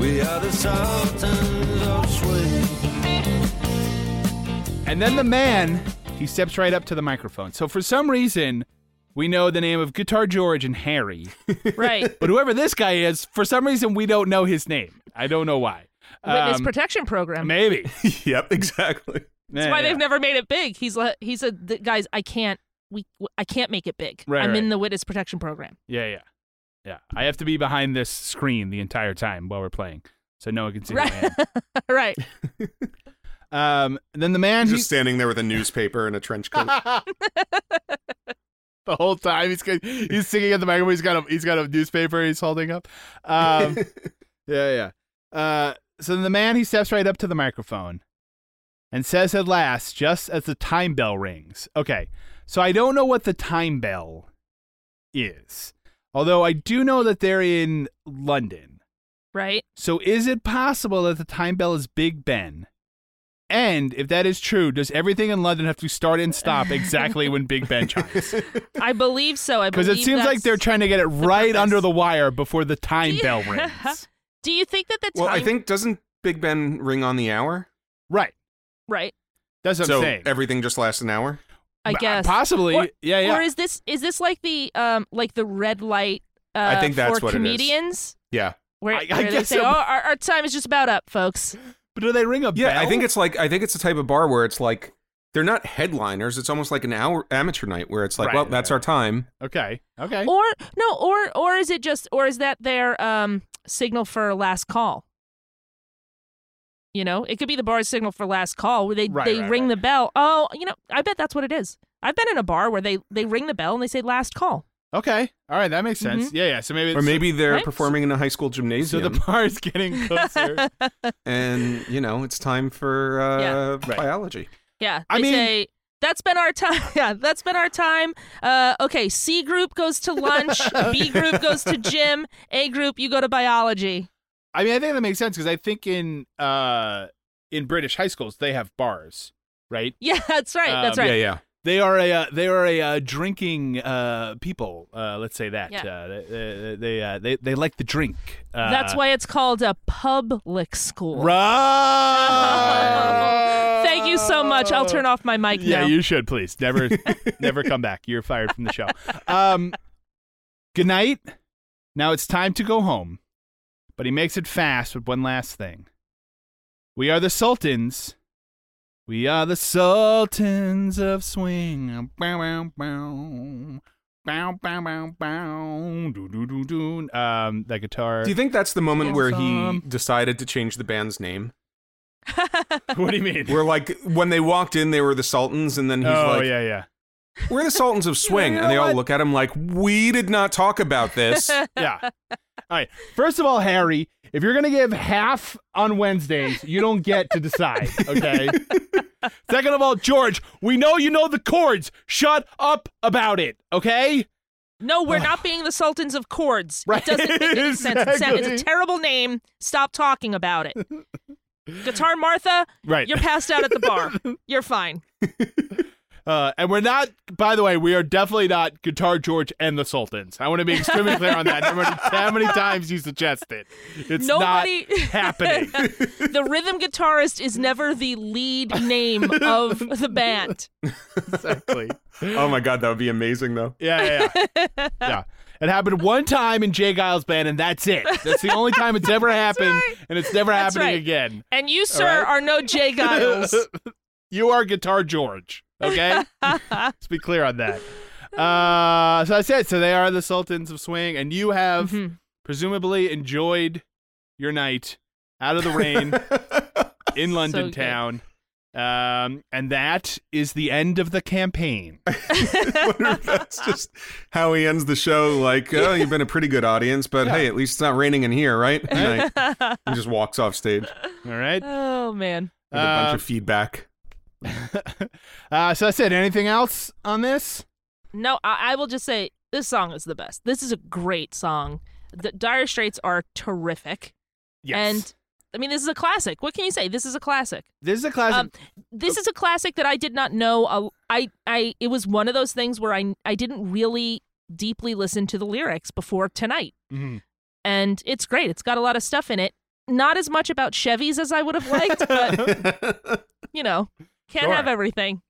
Speaker 5: We are the Sultans of Swing.
Speaker 1: And then the man, he steps right up to the microphone. So for some reason, we know the name of Guitar George and Harry,
Speaker 3: Right.
Speaker 1: but whoever this guy is, for some reason, we don't know his name. I don't know why.
Speaker 3: Witness
Speaker 1: Um,
Speaker 3: protection program.
Speaker 1: Maybe
Speaker 4: yep, exactly.
Speaker 3: That's why they've never made it big. He's like, he's a the, guys. I can't. We I can't make it big.
Speaker 1: Right,
Speaker 3: I'm
Speaker 1: right.
Speaker 3: in the witness protection program.
Speaker 1: Yeah, yeah, yeah. I have to be behind this screen the entire time while we're playing, so no one can see. who I
Speaker 3: Right. right.
Speaker 1: am. Um, and then the man,
Speaker 4: Just
Speaker 1: he's
Speaker 4: standing there with a newspaper and a trench coat.
Speaker 1: the whole time he's got- he's singing at the microphone. He's got a he's got a newspaper he's holding up. Um, yeah, yeah. Uh, so then the man he steps right up to the microphone and says at last, just as the time bell rings. Okay, so I don't know what the time bell is, although I do know that they're in London.
Speaker 3: right?
Speaker 1: So is it possible that the time bell is Big Ben? And if that is true, does everything in London have to start and stop exactly when Big Ben chimes?
Speaker 3: I believe so. I
Speaker 1: Because
Speaker 3: believe
Speaker 1: it seems like
Speaker 3: that's-
Speaker 1: they're trying to get it right
Speaker 3: purpose.
Speaker 1: under the wire before the time bell
Speaker 3: Yeah.
Speaker 1: rings.
Speaker 3: Do you think that the time?
Speaker 4: Well, I think doesn't Big Ben ring on the hour?
Speaker 1: Right.
Speaker 3: right.
Speaker 1: That's what
Speaker 4: so
Speaker 1: I'm saying.
Speaker 4: everything just lasts an hour.
Speaker 3: I
Speaker 1: But, uh,
Speaker 3: guess
Speaker 1: Possibly.
Speaker 3: Or-
Speaker 1: yeah, yeah.
Speaker 3: Or is this is this like the um like the red light? Uh,
Speaker 4: I think that's
Speaker 3: for
Speaker 4: what it is.
Speaker 3: comedians.
Speaker 4: Yeah.
Speaker 3: Where,
Speaker 1: I- I
Speaker 3: where they
Speaker 1: guess
Speaker 3: say,
Speaker 1: so.
Speaker 3: "Oh, our, our time is just about up, folks."
Speaker 1: but do they ring a
Speaker 4: Yeah,
Speaker 1: bell?
Speaker 4: I think it's like I think it's the type of bar where it's like they're not headliners. It's almost like an hour amateur night where it's like,
Speaker 1: Right,
Speaker 4: well, that's
Speaker 1: right.
Speaker 4: our time.
Speaker 1: Okay. Okay.
Speaker 3: Or no, or or is it just or is that their um signal for last call? You know, it could be the bar's signal for last call where they
Speaker 1: Right,
Speaker 3: they
Speaker 1: right,
Speaker 3: ring
Speaker 1: right.
Speaker 3: the bell. Oh, you know, I bet that's what it is. I've been in a bar where they they ring the bell and they say last call.
Speaker 1: okay. All right. That makes
Speaker 3: Mm-hmm.
Speaker 1: sense. Yeah, yeah. So maybe
Speaker 4: Or
Speaker 1: it's-
Speaker 4: maybe they're
Speaker 3: Right.
Speaker 4: performing in a high school
Speaker 1: So
Speaker 4: gymnasium,
Speaker 1: the bar is getting closer.
Speaker 4: and you know it's time for uh,
Speaker 3: Yeah.
Speaker 1: Right.
Speaker 4: biology.
Speaker 3: Yeah,
Speaker 1: I
Speaker 3: they
Speaker 1: mean-
Speaker 3: say that's been our time. Yeah, that's been our time. Uh, okay, C group goes to lunch. B group goes to gym. A group, you go to biology.
Speaker 1: I mean, I think that makes sense because I think in uh in British high schools they have bars, right?
Speaker 3: Yeah, that's right. that's
Speaker 1: Um,
Speaker 3: right.
Speaker 4: yeah.
Speaker 1: They are a uh, they are a uh, drinking uh people. Uh, let's say that
Speaker 3: Yeah.
Speaker 1: uh, they they they, uh, they they like the drink. Uh,
Speaker 3: That's why it's called a public school.
Speaker 1: Right.
Speaker 3: Thank you so much. I'll turn off my mic
Speaker 1: Uh, Yeah,
Speaker 3: now.
Speaker 1: you should please never never come back. You're fired from the show. Um, good night. Now it's time to go home, but he makes it fast with one last thing. We are the sultans. We are the sultans of swing. Bow bow bow. Bow bow bow bow. Doo doo doo doo. Um, that guitar.
Speaker 4: Do you think that's the moment where he
Speaker 1: Awesome.
Speaker 4: decided to change the band's name?
Speaker 1: what do you mean?
Speaker 4: Where like when they walked in, they were the Sultans, and then he's
Speaker 1: oh
Speaker 4: like,
Speaker 1: yeah, yeah,
Speaker 4: "We're the Sultans of Swing,"
Speaker 1: You
Speaker 4: and they
Speaker 1: know
Speaker 4: all
Speaker 1: what?
Speaker 4: look at him like, "We did not talk about this."
Speaker 1: yeah. All right. First of all, Harry, if you're gonna give half on Wednesdays, you don't get to decide. Okay. Second of all, George, we know you know the chords. Shut up about it. Okay.
Speaker 3: no, we're not being the sultans of chords.
Speaker 1: Right,
Speaker 3: It doesn't make any sense. It's a- It's
Speaker 1: exactly.
Speaker 3: a terrible name. Stop talking about it. Guitar Martha,
Speaker 1: Right.
Speaker 3: you're passed out at the bar. You're fine.
Speaker 1: Uh, and we're not. By the way, we are definitely not Guitar George and the Sultans. I want to be extremely clear on that. No matter how many times you suggest it, it's
Speaker 3: Nobody-
Speaker 1: not happening.
Speaker 3: the rhythm guitarist is never the lead name of the band.
Speaker 1: exactly.
Speaker 4: oh my god, that would be amazing though.
Speaker 1: Yeah, yeah, yeah. yeah. It happened one time in Jay Giles' band, and that's it. That's the only time it's ever happened, and it's never
Speaker 3: That's
Speaker 1: happening
Speaker 3: right.
Speaker 1: again.
Speaker 3: And you, sir,
Speaker 1: right.
Speaker 3: are no Jay Giles.
Speaker 1: You are Guitar George, okay? Let's be clear on that. Uh, so I said, so they are the Sultans of Swing, and you have
Speaker 3: Mhm.
Speaker 1: presumably enjoyed your night out of the rain in London
Speaker 3: good.
Speaker 1: town. Um, and that is the end of the campaign.
Speaker 4: wonder if that's just how he ends the show. Like, oh, you've been a pretty good audience, but hey, at least it's not raining in here, right? And I- he just walks off stage
Speaker 1: All
Speaker 4: with
Speaker 1: right.
Speaker 3: oh man.
Speaker 4: a
Speaker 1: Uh,
Speaker 4: bunch of feedback.
Speaker 1: Uh, so I said, anything else on this?
Speaker 3: No, I-, I will just say this song is the best. This is a great song. The Dire Straits are terrific. And I mean, this is a classic. What can you say? This is a classic.
Speaker 1: this is a classic.
Speaker 3: Um, this is a classic that I did not know. a- I, I, it was one of those things where I, I didn't really deeply listen to the lyrics before tonight,
Speaker 1: Mhm.
Speaker 3: and it's great. It's got a lot of stuff in it. Not as much about Chevys as I would have liked, but you know, can't
Speaker 1: Sure.
Speaker 3: have everything.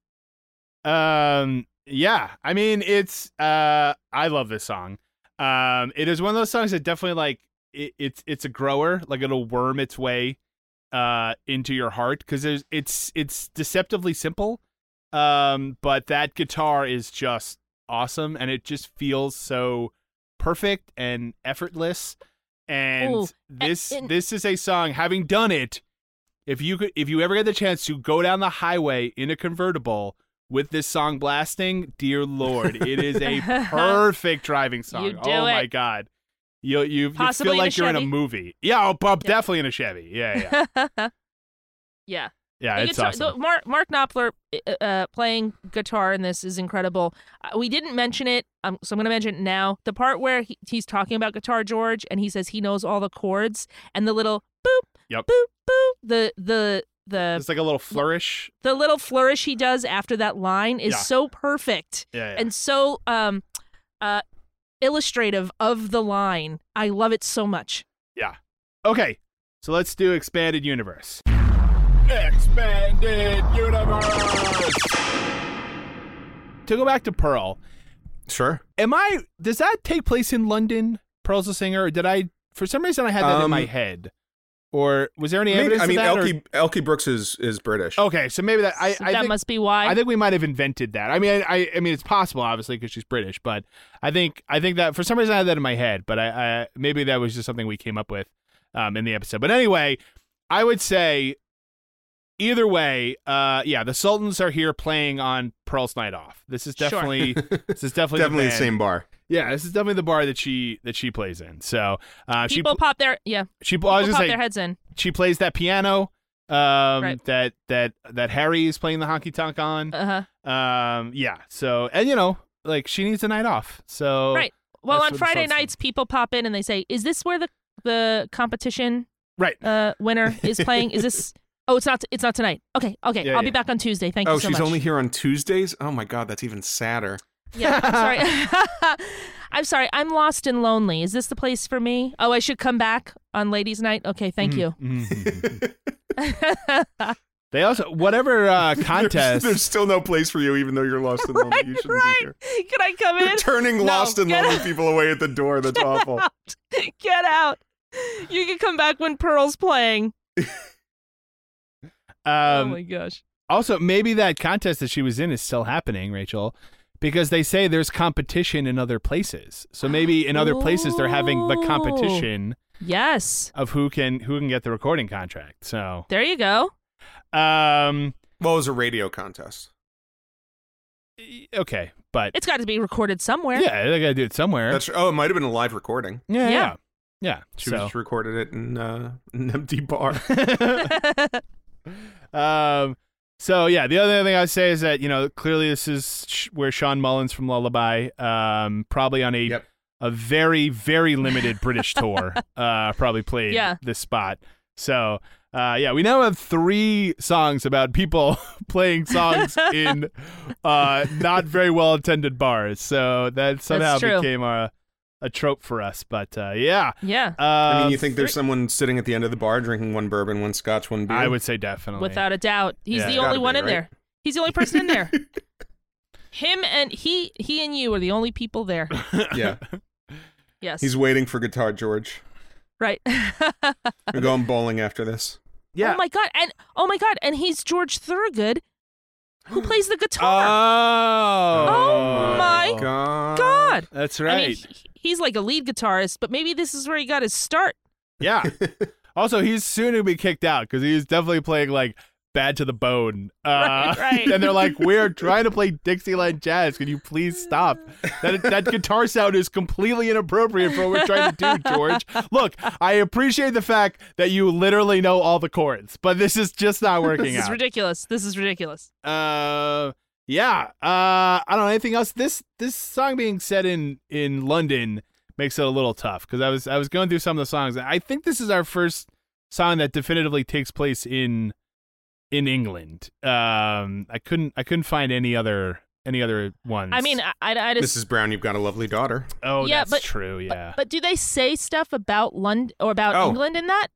Speaker 1: Um, yeah, I mean, it's uh, I love this song. Um, it is one of those songs that definitely like it, it's it's a grower, like it'll worm its way uh into your heart because there's it's it's deceptively simple. Um, but that guitar is just awesome, and it just feels so perfect and effortless. And
Speaker 3: Ooh, a-
Speaker 1: this
Speaker 3: and-
Speaker 1: this is a song. Having done it, if you could, if you ever get the chance to go down the highway in a convertible with this song blasting, dear lord, it is a perfect driving song.
Speaker 3: You do
Speaker 1: oh my
Speaker 3: it.
Speaker 1: god, you you, you
Speaker 3: Possibly
Speaker 1: feel
Speaker 3: in a
Speaker 1: like you're in a
Speaker 3: Chevy?
Speaker 1: movie. Yeah, oh, bu- definitely in a Chevy. Yeah, yeah.
Speaker 3: yeah,
Speaker 1: Yeah,
Speaker 3: The
Speaker 1: it's
Speaker 3: guitar-
Speaker 1: awesome.
Speaker 3: the- Mark Mark Knopfler uh, uh, playing guitar in this is incredible. Uh, we didn't mention it, um, so I'm going to mention it now. The part where he, he's talking about Guitar George and he says he knows all the chords and the little boop,
Speaker 1: Yep.
Speaker 3: boop, boop, the the the
Speaker 1: it's like a little flourish.
Speaker 3: the little flourish he does after that line is
Speaker 1: Yeah.
Speaker 3: so perfect
Speaker 1: Yeah, yeah.
Speaker 3: and so um uh illustrative of the line. I love it so much.
Speaker 1: Okay, so let's do expanded universe. Expanded universe. To go back to Pearl,
Speaker 4: Sure.
Speaker 1: am I? Does that take place in London? Pearl's a singer. Or did I? For some reason, I had that in
Speaker 4: Um,
Speaker 1: my head. Or was there any evidence?
Speaker 4: I mean,
Speaker 1: of that, or-
Speaker 4: Elkie, Elkie Brooks is is British.
Speaker 1: okay, so maybe that I,
Speaker 3: So
Speaker 1: I
Speaker 3: that
Speaker 1: think,
Speaker 3: must be why.
Speaker 1: I think we might have invented that. I mean, I, I mean, it's possible, obviously, because she's British. But I think, I think that for some reason I had that in my head. But I, I maybe that was just something we came up with um, in the episode. But anyway, I would say either way, uh, yeah, the Sultans are here playing on Pearl's night off. This is
Speaker 3: Sure.
Speaker 1: definitely, this is definitely,
Speaker 4: Definitely the
Speaker 1: band.
Speaker 4: same bar.
Speaker 1: Yeah, this is definitely the bar that she that she plays in. So uh, she
Speaker 3: people
Speaker 1: pl-
Speaker 3: pop their yeah,
Speaker 1: she I was
Speaker 3: people
Speaker 1: gonna
Speaker 3: pop
Speaker 1: say
Speaker 3: their heads in.
Speaker 1: she plays that piano. Um,
Speaker 3: Right.
Speaker 1: that that that Harry is playing the honky tonk on.
Speaker 3: Uh-huh.
Speaker 1: Um, yeah. So, and you know, like she needs a night off. So,
Speaker 3: Right. Well,
Speaker 1: That's
Speaker 3: on
Speaker 1: what the
Speaker 3: Friday
Speaker 1: Suns do.
Speaker 3: nights, people pop in and they say, "Is this where the the competition
Speaker 1: right.
Speaker 3: uh, winner is playing? Is this? Oh, it's not. It's not tonight. Okay, okay.
Speaker 1: Yeah,
Speaker 3: I'll be
Speaker 1: yeah.
Speaker 3: back on Tuesday. Thank
Speaker 4: Oh,
Speaker 3: you so
Speaker 4: she's
Speaker 3: much.
Speaker 4: only here on Tuesdays. Oh my God, that's even sadder.
Speaker 3: yeah, I'm sorry. I'm sorry. I'm lost and lonely. Is this the place for me? Oh, I should come back on Ladies' Night. Okay, thank
Speaker 4: Mm-hmm.
Speaker 1: Mhm.
Speaker 3: you.
Speaker 1: Mm-hmm. they also whatever uh,
Speaker 4: There's,
Speaker 1: contest.
Speaker 4: there's still no place for you, even though you're lost and lonely. Oh, you shouldn't
Speaker 3: right.
Speaker 4: be here.
Speaker 3: Can I come
Speaker 4: You're
Speaker 3: in?
Speaker 4: turning
Speaker 3: No,
Speaker 4: lost and
Speaker 3: get
Speaker 4: lonely
Speaker 3: out.
Speaker 4: people away at the door. That's awful.
Speaker 3: Get out. You can come back when Pearl's playing. oh
Speaker 1: Um,
Speaker 3: my gosh.
Speaker 1: also, maybe that contest that she was in is still happening, Rachel, because they say there's competition in other places. So maybe in other places they're having the
Speaker 3: Ooh.
Speaker 1: competition
Speaker 3: Yes.
Speaker 1: of who can who can get the recording contract. So,
Speaker 3: There you go.
Speaker 1: um,
Speaker 4: Well, it was a radio contest.
Speaker 1: e- okay, but
Speaker 3: It's got to be recorded somewhere.
Speaker 1: yeah, they gotta do it somewhere.
Speaker 4: That's oh, it might have been a live recording.
Speaker 1: yeah,
Speaker 3: Yeah.
Speaker 1: yeah, yeah.
Speaker 4: She
Speaker 1: so.
Speaker 4: just recorded it in uh, an empty bar.
Speaker 1: um, so yeah, the other thing I'd say is that you know clearly this is sh- where Sean Mullins from Lullaby, um, probably on a
Speaker 4: Yep.
Speaker 1: a very very limited British tour, uh, probably played
Speaker 3: Yeah.
Speaker 1: this spot. So uh, yeah, we now have three songs about people playing songs in uh, not very well attended bars. So that somehow
Speaker 3: true.
Speaker 1: became a a trope for us. But uh, yeah,
Speaker 3: yeah.
Speaker 1: uh,
Speaker 4: I mean, you think there's someone sitting at the end of the bar drinking one bourbon, one scotch, one beer?
Speaker 1: I would say definitely
Speaker 3: Without a doubt. He's
Speaker 1: Yeah.
Speaker 3: the
Speaker 4: Gotta
Speaker 3: only
Speaker 4: be,
Speaker 3: one in
Speaker 4: right?
Speaker 3: there. He's the only person in there. Him and he he and you are the only people there.
Speaker 4: Yeah,
Speaker 3: Yes.
Speaker 4: he's waiting for Guitar George.
Speaker 3: right.
Speaker 4: We're going bowling after this.
Speaker 1: yeah.
Speaker 3: Oh my god. And oh my god, and he's George Thurgood who plays the guitar.
Speaker 1: Oh.
Speaker 3: Oh my
Speaker 1: God.
Speaker 4: God.
Speaker 3: god.
Speaker 1: That's
Speaker 3: I
Speaker 1: Uh, right.
Speaker 3: mean, he- he's like a lead guitarist, but maybe this is where he got his start.
Speaker 1: yeah. Also, he's soon to be kicked out because he's definitely playing like bad to the bone. Uh,
Speaker 3: Right, right.
Speaker 1: And they're like, "We're trying to play Dixieland jazz. Can you please stop? That that guitar sound is completely inappropriate for what we're trying to do, George. Look, I appreciate the fact that you literally know all the chords, but this is just not working
Speaker 3: This is
Speaker 1: out.
Speaker 3: ridiculous. This is ridiculous.
Speaker 1: Uh, yeah. Uh, I don't know anything else. This this song being set in in London makes it a little tough because I was I was going through some of the songs. I think this is our first song that definitively takes place in in England. Um, I couldn't I couldn't find any other any other ones.
Speaker 3: I mean, I, I, I just
Speaker 4: Mrs. Brown, you've got a lovely daughter.
Speaker 1: oh,
Speaker 3: yeah,
Speaker 1: that's
Speaker 3: but-
Speaker 1: true. Yeah.
Speaker 3: But do they say stuff about London or about
Speaker 4: Oh.
Speaker 3: England in that?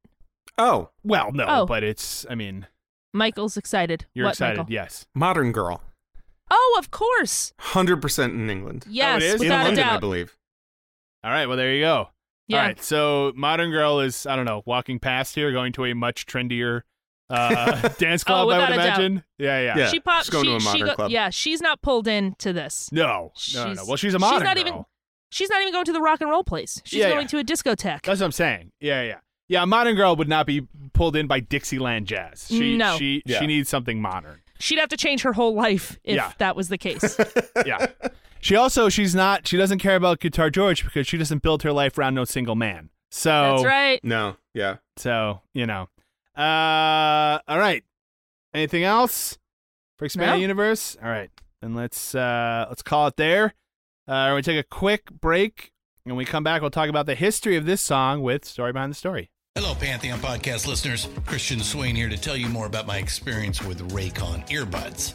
Speaker 4: Oh,
Speaker 1: well, no,
Speaker 3: Oh.
Speaker 1: but it's. I mean,
Speaker 3: Michael's excited.
Speaker 1: you're
Speaker 3: what,
Speaker 1: excited.
Speaker 3: Michael?
Speaker 1: Yes.
Speaker 4: Modern Girl,
Speaker 3: Oh, of course.
Speaker 4: hundred percent in England.
Speaker 3: Yes,
Speaker 1: is? In
Speaker 3: without
Speaker 4: in
Speaker 3: a
Speaker 4: London, I
Speaker 3: doubt.
Speaker 4: believe.
Speaker 1: All right. Well, there you go.
Speaker 3: yeah.
Speaker 1: All right. So Modern Girl is, I don't know, walking past here, going to a much trendier uh, dance club, I
Speaker 3: Oh, without
Speaker 1: would
Speaker 3: a doubt.
Speaker 1: imagine. Yeah, yeah.
Speaker 4: Yeah.
Speaker 3: She pops.
Speaker 4: she's going
Speaker 3: she,
Speaker 4: to a
Speaker 3: she
Speaker 4: modern
Speaker 3: go-
Speaker 4: club.
Speaker 3: Yeah, she's not pulled into this.
Speaker 1: No, no, no.
Speaker 3: She's-
Speaker 1: Well, she's a
Speaker 3: she's
Speaker 1: modern
Speaker 3: not
Speaker 1: girl.
Speaker 3: even- She's not even going to the rock and roll place. She's
Speaker 1: Yeah,
Speaker 3: going
Speaker 1: yeah.
Speaker 3: to a discotheque.
Speaker 1: That's what I'm saying. Yeah, yeah. Yeah, a modern girl would not be pulled in by Dixieland jazz. She
Speaker 3: No.
Speaker 1: she
Speaker 4: Yeah.
Speaker 1: she needs something modern.
Speaker 3: She'd have to change her whole life if
Speaker 1: Yeah.
Speaker 3: that was the case.
Speaker 1: Yeah. she also she's not she doesn't care about Guitar George because she doesn't build her life around no single man. So
Speaker 3: That's right.
Speaker 4: No, yeah.
Speaker 1: so, you know. Uh all right. Anything else for expanded
Speaker 3: No.
Speaker 1: universe? All right, then let's uh let's call it there. Uh, we take a quick break, and when we come back, we'll talk about the history of this song with story behind the story.
Speaker 6: Hello, Pantheon podcast listeners. Christian Swain here to tell you more about my experience with Raycon earbuds.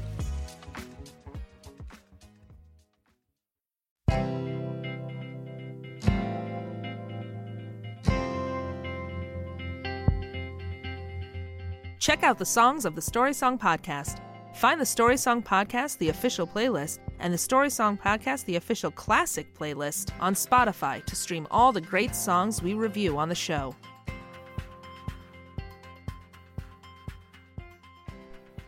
Speaker 3: Check out the songs of the Story Song Podcast. Find the Story Song Podcast, the official playlist, and the Story Song Podcast, the official classic playlist on Spotify to stream all the great songs we review on the show.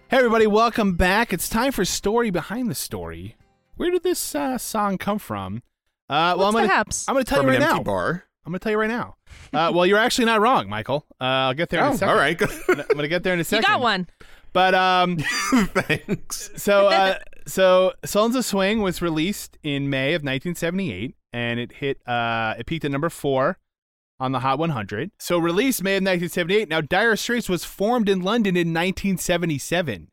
Speaker 1: Hey everybody, welcome back. It's time for story behind the story. Where did this uh, song come from? Uh, well,
Speaker 3: What's
Speaker 1: I'm gonna,
Speaker 3: perhaps?
Speaker 1: I'm going to tell
Speaker 4: from
Speaker 1: you
Speaker 4: an
Speaker 1: right
Speaker 4: empty
Speaker 1: now.
Speaker 4: bar.
Speaker 1: I'm going to tell you right now. Uh, well, you're actually not wrong, Michael. Uh, I'll get there. in a
Speaker 4: Oh,
Speaker 1: second.
Speaker 4: all right.
Speaker 1: I'm going to get there in a
Speaker 3: You
Speaker 1: second.
Speaker 3: got one.
Speaker 1: But um,
Speaker 4: Thanks.
Speaker 1: so uh, so Sons of Swing was released in May of 1978, and it hit uh, it peaked at number four on the Hot 100. So released May of 1978. Now Dire Straits was formed in London in 1977.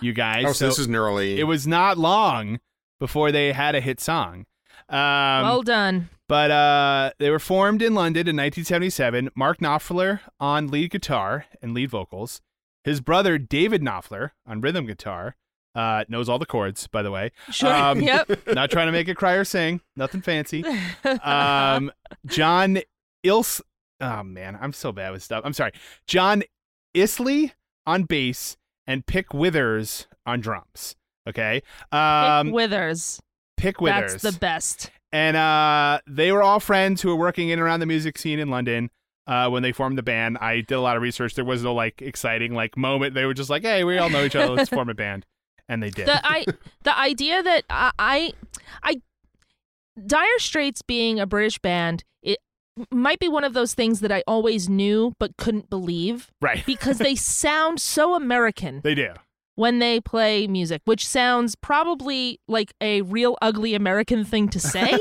Speaker 1: You guys,
Speaker 4: Oh, so this is gnarly.
Speaker 1: it was not long before they had a hit song. Um,
Speaker 3: well done.
Speaker 1: but uh, they were formed in London in 1977. Mark Knopfler on lead guitar and lead vocals. His brother David Knopfler on rhythm guitar uh, knows all the chords, by the way.
Speaker 3: Sure.
Speaker 1: Um,
Speaker 3: yep.
Speaker 1: Not trying to make it cry or sing, nothing fancy. Um, John Ils. Oh man, I'm so bad with stuff. I'm sorry. John Isley on bass and Pick Withers on drums. Okay. Um,
Speaker 3: Nick Withers.
Speaker 1: Pick Withers
Speaker 3: That's the best.
Speaker 1: and uh, they were all friends who were working in and around the music scene in London. Uh, when they formed the band, I did a lot of research. There was no like exciting like moment. They were just like, "Hey, we all know each other. Let's form a band," and they did.
Speaker 3: The I the idea that I, I I Dire Straits being a British band, it might be one of those things that I always knew but couldn't believe
Speaker 1: right?
Speaker 3: because they sound so American.
Speaker 1: they do.
Speaker 3: when they play music, which sounds probably like a real ugly American thing to say,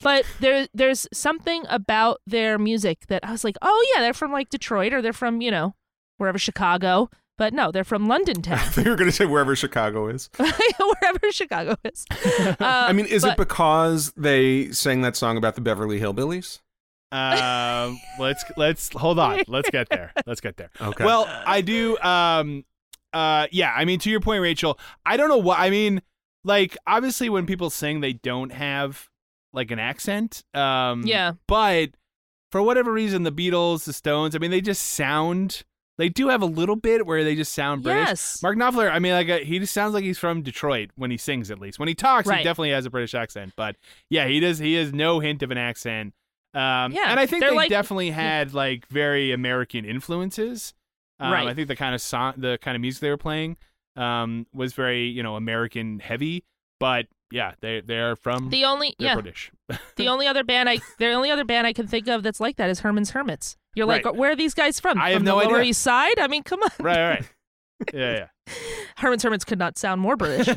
Speaker 3: but there there's something about their music that I was like, oh yeah, they're from like Detroit or they're from you know wherever Chicago, but no, they're from London town,
Speaker 4: they were going to say wherever Chicago is.
Speaker 3: wherever Chicago is. Uh,
Speaker 4: I mean, is
Speaker 3: but-
Speaker 4: it because they sang that song about the Beverly Hillbillies?
Speaker 1: Um, let's let's hold on. Let's get there. Let's get there.
Speaker 4: Okay.
Speaker 1: Well, I do. Um, uh, yeah. I mean, to your point, Rachel. I don't know what I mean. Like, obviously, when people sing, they don't have like an accent. Um,
Speaker 3: Yeah.
Speaker 1: But for whatever reason, the Beatles, the Stones. I mean, they just sound. They do have a little bit where they just sound British.
Speaker 3: Yes.
Speaker 1: Mark Knopfler. I mean, like uh, he just sounds like he's from Detroit when he sings. At least when he talks, he
Speaker 3: Right.
Speaker 1: definitely has a British accent. But yeah, he does. He has no hint of an accent. Um,
Speaker 3: Yeah,
Speaker 1: and I think
Speaker 3: they're
Speaker 1: they
Speaker 3: like-
Speaker 1: definitely had like very American influences. Um,
Speaker 3: Right.
Speaker 1: I think the kind of song, the kind of music they were playing, um, was very you know American heavy. But yeah, they they're from
Speaker 3: the only
Speaker 1: they're
Speaker 3: yeah
Speaker 1: British.
Speaker 3: the only other band I the only other band I can think of that's like that is Herman's Hermits. You're like,
Speaker 1: Right.
Speaker 3: where are these guys from?
Speaker 1: I have
Speaker 3: from
Speaker 1: no
Speaker 3: the Lower
Speaker 1: idea.
Speaker 3: East Side. I mean, come on.
Speaker 1: right, right. Yeah, yeah.
Speaker 3: Herman's Hermits could not sound more British.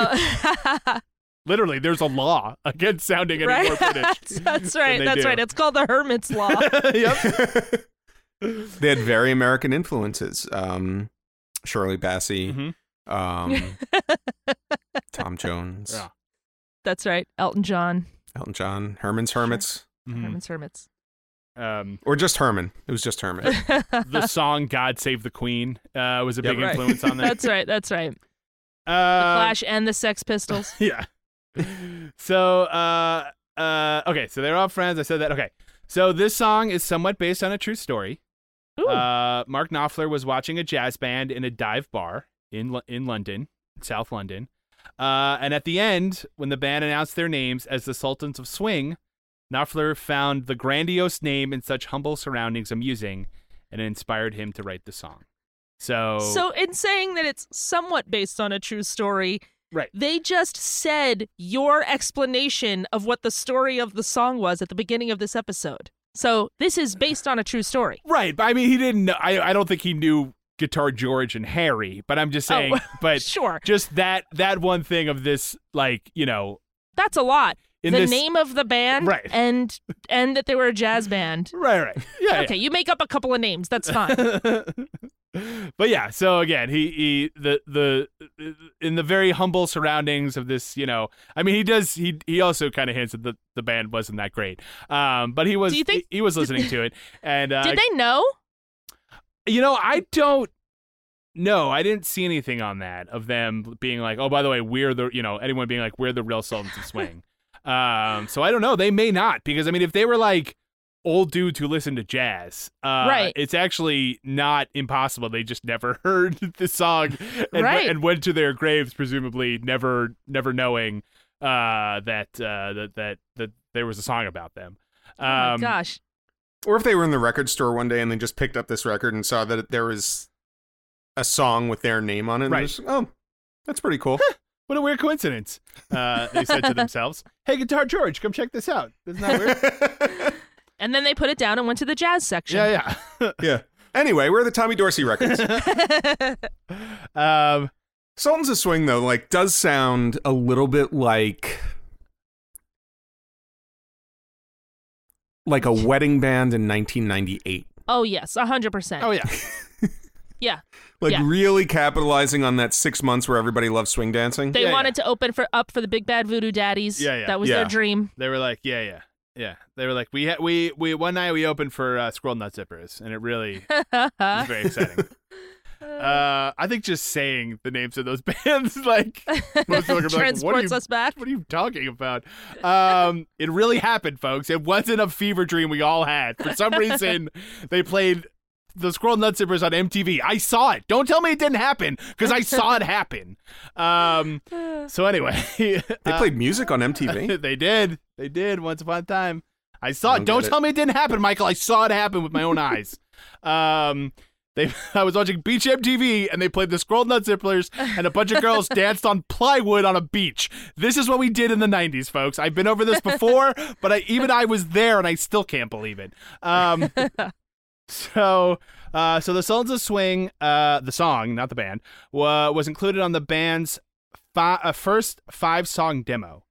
Speaker 3: Uh,
Speaker 1: Literally, there's a law against sounding any
Speaker 3: right?
Speaker 1: more British.
Speaker 3: that's right.
Speaker 1: they
Speaker 3: That's
Speaker 1: do.
Speaker 3: right. It's called the Hermit's Law.
Speaker 1: yep.
Speaker 4: they had very American influences. Um, Shirley Bassey,
Speaker 1: Mhm.
Speaker 4: um, Tom Jones,
Speaker 1: Yeah.
Speaker 3: That's right. Elton John,
Speaker 4: Elton John, Herman's Hermits,
Speaker 1: Mhm.
Speaker 3: Herman's Hermits.
Speaker 1: Um,
Speaker 4: or just Herman. It was just Herman.
Speaker 1: the song "God Save the Queen" uh, was a
Speaker 4: Yep.
Speaker 1: big
Speaker 3: Right.
Speaker 1: influence on that.
Speaker 3: That's right. That's right. The
Speaker 1: Uh,
Speaker 3: Clash and the Sex Pistols.
Speaker 1: yeah. So, uh, uh, okay, so they're all friends. I said that. Okay, so this song is somewhat based on a true story.
Speaker 3: Ooh.
Speaker 1: Uh, Mark Knopfler was watching a jazz band in a dive bar in Lo- in London, South London. Uh, and at the end, when the band announced their names as the Sultans of Swing, Knopfler found the grandiose name in such humble surroundings amusing, and it inspired him to write the song. So,
Speaker 3: So, in saying that it's somewhat based on a true story,
Speaker 1: Right.
Speaker 3: They just said your explanation of what the story of the song was at the beginning of this episode. So, this is based on a true story.
Speaker 1: right, but I mean, he didn't. Know, I I don't think he knew Guitar George and Harry, but I'm just saying.
Speaker 3: Oh,
Speaker 1: but
Speaker 3: sure.
Speaker 1: just that that one thing of this, like you know,
Speaker 3: That's a lot.
Speaker 1: In
Speaker 3: the
Speaker 1: this-
Speaker 3: name of the band
Speaker 1: Right.
Speaker 3: and and that they were a jazz band.
Speaker 1: right, right, Uh, yeah, yeah.
Speaker 3: Okay, you make up a couple of names. That's fine.
Speaker 1: but yeah, so again, he, he the the in the very humble surroundings of this, you know, I mean, he does he he also kind of hints that the, the band wasn't that great, um, but he was
Speaker 3: Do you think-
Speaker 1: he, he was listening to it, and uh,
Speaker 3: Did they know?
Speaker 1: you know, I don't know, I didn't see anything on that of them being like, oh, by the way, we're the you know anyone being like we're the real Sultans of Swing, um, so I don't know, they may not because I mean, if they were like old dudes who listen to jazz. Uh,
Speaker 3: Right.
Speaker 1: It's actually not impossible. They just never heard the song and,
Speaker 3: Right.
Speaker 1: and went to their graves, presumably never never knowing uh, that, uh, that that that there was a song about them. Um,
Speaker 3: oh my gosh.
Speaker 4: or if they were in the record store one day and they just picked up this record and saw that there was a song with their name on it. and
Speaker 1: Right.
Speaker 4: just, oh, that's pretty cool.
Speaker 1: What a weird coincidence, uh, they said to themselves. Hey, Guitar George, come check this out. Isn't that weird?
Speaker 3: And then they put it down and went to the jazz section.
Speaker 1: yeah, yeah.
Speaker 4: yeah. Anyway, we're the Tommy Dorsey records.
Speaker 1: Um,
Speaker 4: Sultans of Swing though, like, does sound a little bit like like a wedding band in 1998.
Speaker 3: Oh yes, hundred percent.
Speaker 1: oh, yeah.
Speaker 3: yeah.
Speaker 4: Like
Speaker 3: Yeah.
Speaker 4: really capitalizing on that six months where everybody loves swing dancing.
Speaker 3: They
Speaker 1: Yeah,
Speaker 3: wanted to open for up for the Big Bad Voodoo Daddies.
Speaker 1: Yeah, yeah.
Speaker 3: That was
Speaker 4: Yeah.
Speaker 3: their dream.
Speaker 1: They were like, yeah, yeah, yeah. They were like, we ha- we we one night we opened for uh, Squirrel Nut Zippers, and it really was very exciting. uh, I think just saying the names of those bands, like, most people are gonna be like, what are
Speaker 3: Transports
Speaker 1: you,
Speaker 3: us back.
Speaker 1: What are you talking about? Um, it really happened, folks. It wasn't a fever dream we all had. For some reason, they played. The Squirrel Nut Zippers on MTV. I saw it. Don't tell me it didn't happen because I saw it happen. Um, so anyway,
Speaker 4: They
Speaker 1: uh,
Speaker 4: played music on MTV.
Speaker 1: they did. They did once upon a time. I saw
Speaker 4: I
Speaker 1: it.
Speaker 4: don't
Speaker 1: Don't
Speaker 4: get it.
Speaker 1: tell me it didn't happen, Michael. I saw it happen with my own eyes. Um, they, I was watching Beach MTV, and they played the Scroll Nut Zipplers, and a bunch of girls danced on plywood on a beach. This is what we did in the '90s, folks. I've been over this before, but I, even I was there, and I still can't believe it. Um, so, uh, so the Sultans of Swing, uh, the song, not the band, wa- was included on the band's fi- uh, first five song demo.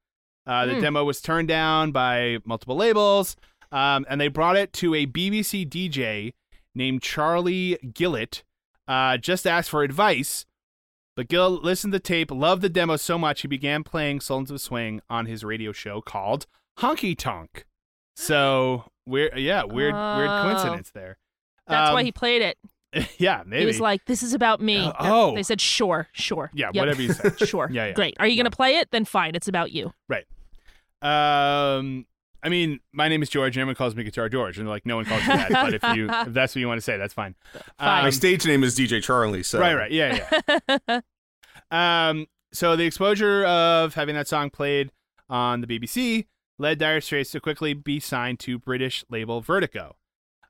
Speaker 1: Uh, the
Speaker 3: Hmm.
Speaker 1: demo was turned down by multiple labels, um, and they brought it to a BBC DJ named Charlie Gillett. Uh, just asked for advice, but Gill listened to tape, loved the demo so much he began playing Sultans of Swing on his radio show called Honky Tonk. So weird, yeah, weird, weird
Speaker 3: Oh.
Speaker 1: coincidence there.
Speaker 3: That's why
Speaker 1: Um,
Speaker 3: he played it.
Speaker 1: yeah, maybe.
Speaker 3: He was like, "This is about me."
Speaker 1: Uh,
Speaker 3: That-
Speaker 1: oh.
Speaker 3: They said, "Sure, sure."
Speaker 1: yeah,
Speaker 3: Yep.
Speaker 1: whatever you say.
Speaker 3: sure.
Speaker 1: Yeah, yeah.
Speaker 3: Great. Are you gonna play it? Then fine. It's about you.
Speaker 1: Um, I mean, my name is George, and everyone calls me Guitar George, and like no one calls you that. but if you, if that's what you want to say, that's fine.
Speaker 3: Fine.
Speaker 4: My
Speaker 1: Um,
Speaker 4: stage name is DJ Charlie, so
Speaker 1: Right, right, yeah, yeah. um, so the exposure of having that song played on the BBC led Dire Straits to quickly be signed to British label Vertigo.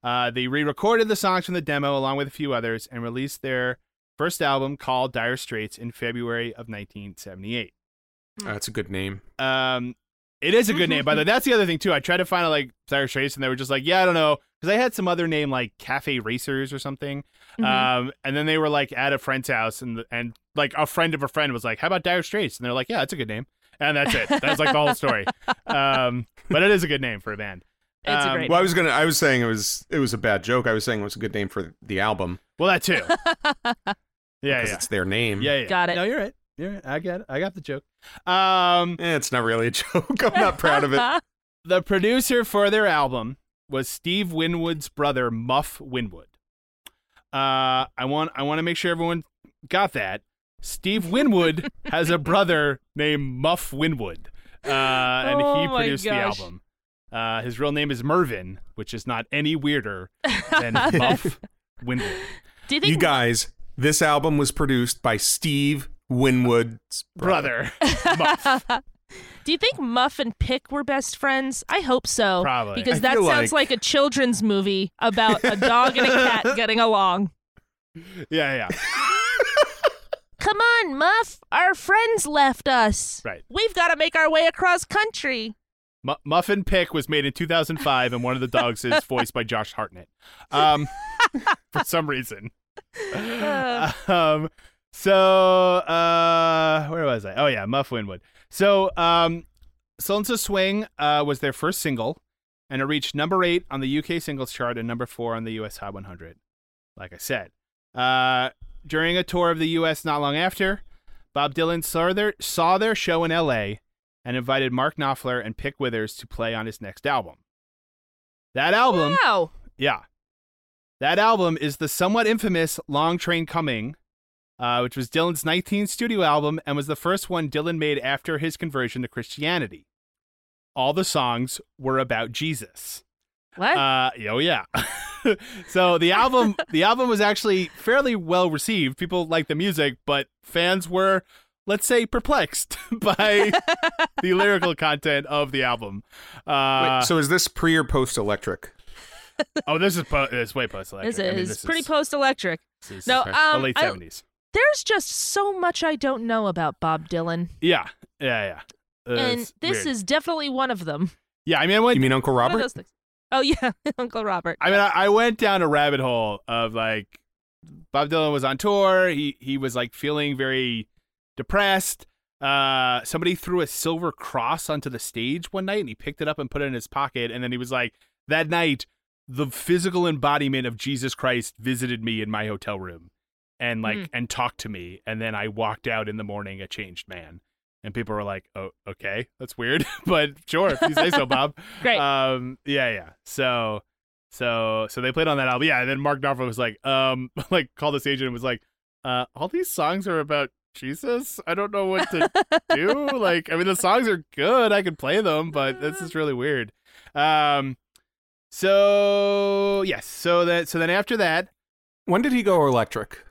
Speaker 1: Uh, they re-recorded the songs from the demo along with a few others and released their first album called Dire Straits in February of 1978.
Speaker 4: Oh, that's a good name.
Speaker 3: Mm-hmm.
Speaker 1: Um, it is a good name, by the way. That's the other thing too. I tried to find out like Dire Straits, and they were just like, "Yeah, I don't know," 'cause because I had some other name like Cafe Racers or something.
Speaker 3: Mhm.
Speaker 1: Um, and then they were like at a friend's house, and and like a friend of a friend was like, "How about Dire Straits?" And they're like, "Yeah, that's a good name." And that's it. That's like the whole story. Um, but it is a good name for a band.
Speaker 3: It's a
Speaker 1: um,
Speaker 3: great
Speaker 4: Well, I was gonna. I was saying it was it was a bad joke. I was saying it was a good name for the album
Speaker 1: Well, that too. Yeah,
Speaker 4: because
Speaker 1: yeah.
Speaker 4: it's their name.
Speaker 1: yeah, yeah.
Speaker 3: Got it.
Speaker 1: No, you're right. You're right. I got it. I got the joke. Um,
Speaker 4: Eh, it's not really a joke. I'm not proud of it.
Speaker 1: the producer for their album was Steve Winwood's brother, Muff Winwood. Uh, I want I want to make sure everyone got that. Steve Winwood has a brother named Muff Winwood, uh, and he
Speaker 3: Oh my
Speaker 1: produced
Speaker 3: gosh.
Speaker 1: the album. Uh, his real name is Mervin, which is not any weirder than Muff Winwood.
Speaker 3: Do you think
Speaker 4: You guys, this album was produced by Steve Winwood's brother.
Speaker 1: Brother, Muff.
Speaker 3: Do you think Muff and Pick were best friends? I hope so.
Speaker 1: Probably.
Speaker 3: Because
Speaker 4: I
Speaker 3: that
Speaker 4: feel
Speaker 3: sounds
Speaker 4: like-
Speaker 3: like... a children's movie about a dog and a cat getting along.
Speaker 1: Yeah, yeah.
Speaker 3: Come on, Muff. Our friends left us.
Speaker 1: Right.
Speaker 3: We've got to make our way across country.
Speaker 1: Mu- Muffin Pick was made in 2005, and one of the dogs is voiced by Josh Hartnett. Um, for some reason.
Speaker 3: Uh,
Speaker 1: Um, so uh, where was I? Oh yeah, Muff Winwood. So um, Silence Swing uh, was their first single, and it reached number eight on the UK singles chart and number four on the US Hot 100. Like I said, uh, during a tour of the US not long after, Bob Dylan saw their saw their show in LA and invited Mark Knopfler and Pick Withers to play on his next album. That album.
Speaker 3: wow.
Speaker 1: Yeah. That album is the somewhat infamous Long Train Coming, uh, which was Dylan's 19th studio album and was the first one Dylan made after his conversion to Christianity. All the songs were about Jesus.
Speaker 3: What?
Speaker 1: Uh, oh yeah. so the album, the album was actually fairly well received. People liked the music, but fans were, let's say, perplexed by the lyrical content of the album. Uh,
Speaker 4: Wait, so is this pre or post Electric?
Speaker 1: oh, this is po- this is way post
Speaker 3: this
Speaker 1: I mean,
Speaker 3: is
Speaker 1: this
Speaker 3: pretty post electric.
Speaker 1: This is
Speaker 3: No,
Speaker 1: the
Speaker 3: um,
Speaker 1: late
Speaker 3: I-
Speaker 1: seventies.
Speaker 3: There's just so much I don't know about Bob Dylan.
Speaker 1: Yeah, yeah, yeah. Uh,
Speaker 3: and
Speaker 1: it's
Speaker 3: this
Speaker 1: weird.
Speaker 3: is definitely one of them.
Speaker 1: yeah. I mean, I went.
Speaker 4: You mean Uncle
Speaker 3: One of
Speaker 4: Robert?
Speaker 3: those things. Oh, yeah. Uncle Robert.
Speaker 1: I mean, I, I went down a rabbit hole of like Bob Dylan was on tour. He he was like feeling very depressed. Uh, somebody threw a silver cross onto the stage one night, and he picked it up and put it in his pocket. And then he was like, that night, the physical embodiment of Jesus Christ visited me in my hotel room, and like
Speaker 3: Hmm.
Speaker 1: and talked to me. And then I walked out in the morning a changed man. And people were like, "Oh, okay, that's weird, but sure, if you say so, Bob."
Speaker 3: Great.
Speaker 1: Um, yeah, yeah. So, so, so they played on that album. Yeah, and then Mark Knopfler was like, um, like called this agent and was like, uh, all these songs are about Jesus. I don't know what to do. Like, I mean, the songs are good. I could play them, but this is really weird. Um, so yes, so that so then after that,
Speaker 4: When did he go electric?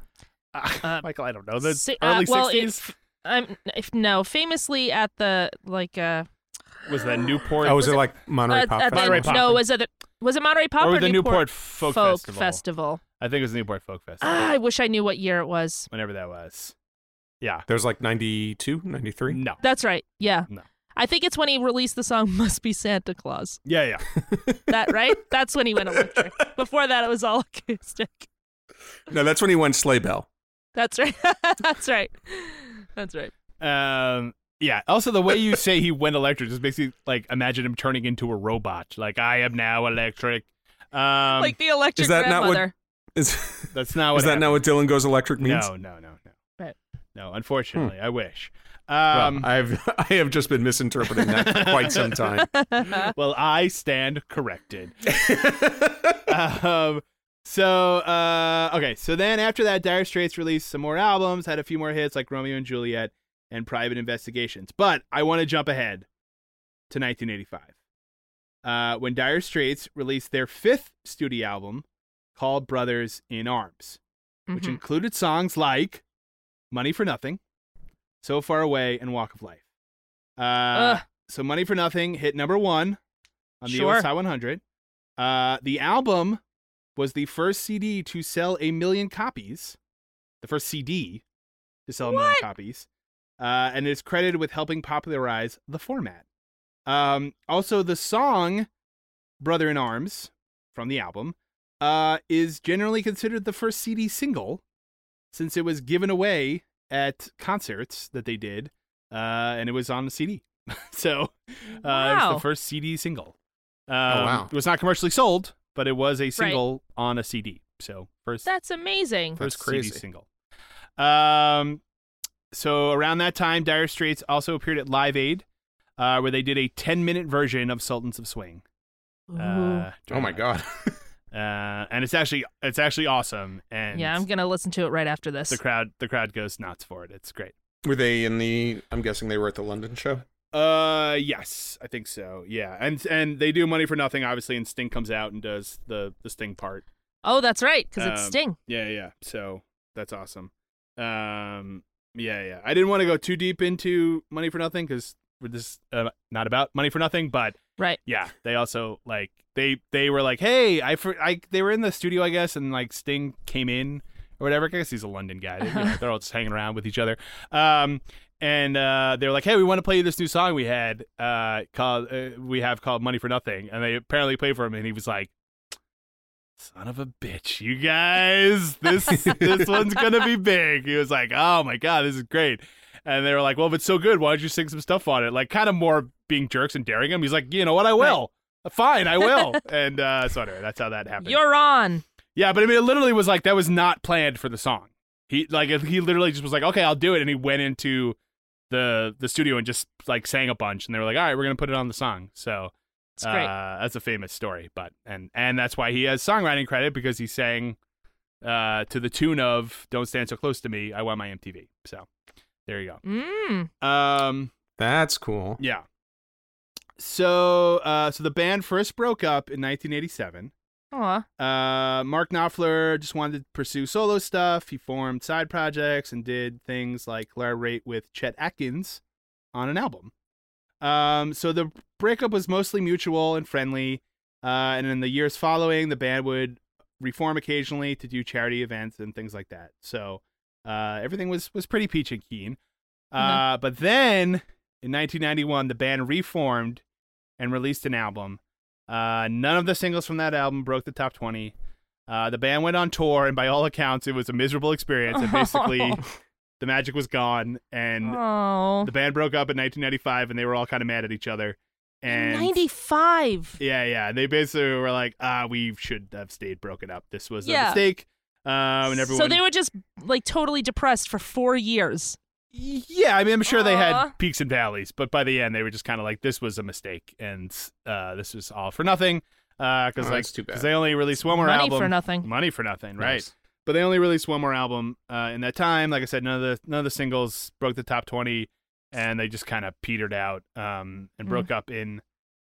Speaker 1: uh,
Speaker 3: Uh,
Speaker 1: Michael, I don't know the
Speaker 3: si- uh,
Speaker 1: early
Speaker 3: well, it-
Speaker 1: '60s
Speaker 3: I'm if no, famously at the like uh,
Speaker 1: was that Newport.
Speaker 4: Oh, was it like Monterey
Speaker 3: at-
Speaker 4: Pop
Speaker 3: at the-
Speaker 4: Festival?
Speaker 1: Monterey Pop.
Speaker 3: no, was it was it Monterey Pop
Speaker 1: or
Speaker 3: or,
Speaker 1: was it the Newport,
Speaker 3: Newport,
Speaker 1: Folk, Festival?
Speaker 3: Festival?
Speaker 1: I think it was the Newport Folk Festival.
Speaker 3: Ah, I wish I knew what year it was.
Speaker 1: whenever that was. Yeah.
Speaker 4: There's like 92, 93?
Speaker 1: No.
Speaker 3: That's right. Yeah.
Speaker 1: No.
Speaker 3: I think it's when he released the song "Must Be Santa Claus."
Speaker 1: Yeah, yeah.
Speaker 3: That right? That's when he went electric. Before that, it was all acoustic.
Speaker 4: No, that's when he went sleigh bell.
Speaker 3: That's right. That's right. That's right.
Speaker 1: Um, yeah. Also, the way you say he went electric just makes you like imagine him turning into a robot. Like I am now electric. Um,
Speaker 3: like the electric
Speaker 4: is that not what-
Speaker 3: grandmother.
Speaker 4: Is,
Speaker 1: that's not what.
Speaker 4: is that
Speaker 1: happened.
Speaker 4: not what Dylan Goes Electric means? Hmm.
Speaker 1: No, no, no, no.
Speaker 3: Right.
Speaker 1: No, unfortunately, I wish.
Speaker 4: Well,
Speaker 1: Um,
Speaker 4: I've I have just been misinterpreting that for quite some time.
Speaker 1: well, I stand corrected. um, so uh, okay, so then after that, Dire Straits released some more albums, had a few more hits like Romeo and Juliet and Private Investigations. But I want to jump ahead to 1985, uh, when Dire Straits released their fifth studio album called Brothers in Arms, which
Speaker 3: Mhm.
Speaker 1: included songs like "Money for Nothing," "So Far Away," and "Walk of Life." Uh,
Speaker 3: Ugh.
Speaker 1: so "Money for Nothing" hit number one on the
Speaker 3: Sure.
Speaker 1: US Hot 100. Uh, the album was the first CD to sell a million copies. The first CD to sell a million
Speaker 3: What?
Speaker 1: copies, uh, and is credited with helping popularize the format. Um, also, the song "Brother in Arms" from the album, uh, is generally considered the first CD single since it was given away at concerts that they did, uh, and it was on the CD. so uh, it was
Speaker 3: Wow.
Speaker 1: the first CD single. Um,
Speaker 4: wow.
Speaker 1: It was not commercially sold, but it was a single on a CD. So first
Speaker 3: That's amazing.
Speaker 4: That's
Speaker 1: first
Speaker 4: crazy.
Speaker 1: CD single. Um, so around that time, Dire Straits also appeared at Live Aid, uh, where they did a 10 minute version of Sultans of Swing.
Speaker 3: Ooh.
Speaker 1: Uh,
Speaker 4: Oh my god.
Speaker 1: Uh, and it's actually it's actually awesome. And
Speaker 3: yeah, I'm gonna listen to it right after this.
Speaker 1: the crowd the crowd goes nuts for it. It's great.
Speaker 4: were they in the I'm guessing they were at the London show?
Speaker 1: Uh, yes, I think so. Yeah, and and they do Money for Nothing, obviously, and Sting comes out and does the the Sting part.
Speaker 3: Oh, that's right, because it's
Speaker 1: Um,
Speaker 3: Sting.
Speaker 1: Yeah, yeah. So that's awesome. Um, yeah, yeah. I didn't want to go too deep into Money for Nothing because this is, uh, not about Money for Nothing, but
Speaker 3: Right.
Speaker 1: yeah, they also like they they were like, hey, I for I they were in the studio, I guess, and like Sting came in or whatever. I guess he's a London guy. They, you know, they're all just hanging around with each other. Um, and uh, they were like, hey, we want to play you this new song we had uh called uh, we have called Money for Nothing, and they apparently played for him, and he was like. Son of a bitch, you guys! This this one's gonna be big. He was like, "Oh my god, this is great!" And they were like, "Well, if it's so good, why don't you sing some stuff on it?" Like, kind of more being jerks and daring him. He's like, "You know what? I will. Fine, I will." and uh, so anyway, that's how that happened.
Speaker 3: You're on.
Speaker 1: yeah, but I mean, it literally was like that was not planned for the song. He like he literally just was like, "Okay, I'll do it," and he went into the the studio and just like sang a bunch. And they were like, "All right, we're gonna put it on the song." So
Speaker 3: It's great.
Speaker 1: uh, that's a famous story, but and and that's why he has songwriting credit because he sang uh, to the tune of "Don't Stand So Close to Me." I want my MTV. So there you
Speaker 3: mm.
Speaker 1: go. Um,
Speaker 4: That's cool.
Speaker 1: yeah. So uh, so the band first broke up in 1987.
Speaker 3: Aw.
Speaker 1: Uh, Mark Knopfler just wanted to pursue solo stuff. He formed side projects and did things like collaborate with Chet Atkins on an album. Um, so the breakup was mostly mutual and friendly. Uh, and in the years following, the band would reform occasionally to do charity events and things like that. So uh, everything was was pretty peach and keen. Uh, But then in 1991, the band reformed and released an album. Uh, none of the singles from that album broke the top 20. Uh, the band went on tour, and by all accounts, it was a miserable experience. And basically, the magic was gone, and
Speaker 3: Oh.
Speaker 1: the band broke up in 1995, and they were all kind of mad at each other. And
Speaker 3: 95.
Speaker 1: yeah, yeah, they basically were like, "Ah, we should have stayed broken up. This was a
Speaker 3: Yeah.
Speaker 1: mistake." Um, and everyone.
Speaker 3: So they were just like totally depressed for four years.
Speaker 1: Yeah, I mean, I'm sure they
Speaker 3: Aw.
Speaker 1: had peaks and valleys, but by the end, they were just kind of like, "This was a mistake, and uh, this was all for nothing." Because
Speaker 4: Oh,
Speaker 1: like,
Speaker 4: that's too bad.
Speaker 1: they only released one more
Speaker 3: Money
Speaker 1: album,
Speaker 3: for nothing.
Speaker 1: money for nothing, right?
Speaker 4: Nice.
Speaker 1: But they only released one more album uh, in that time. Like I said, none of the none of the singles broke the top twenty, and they just kind of petered out um, and broke up in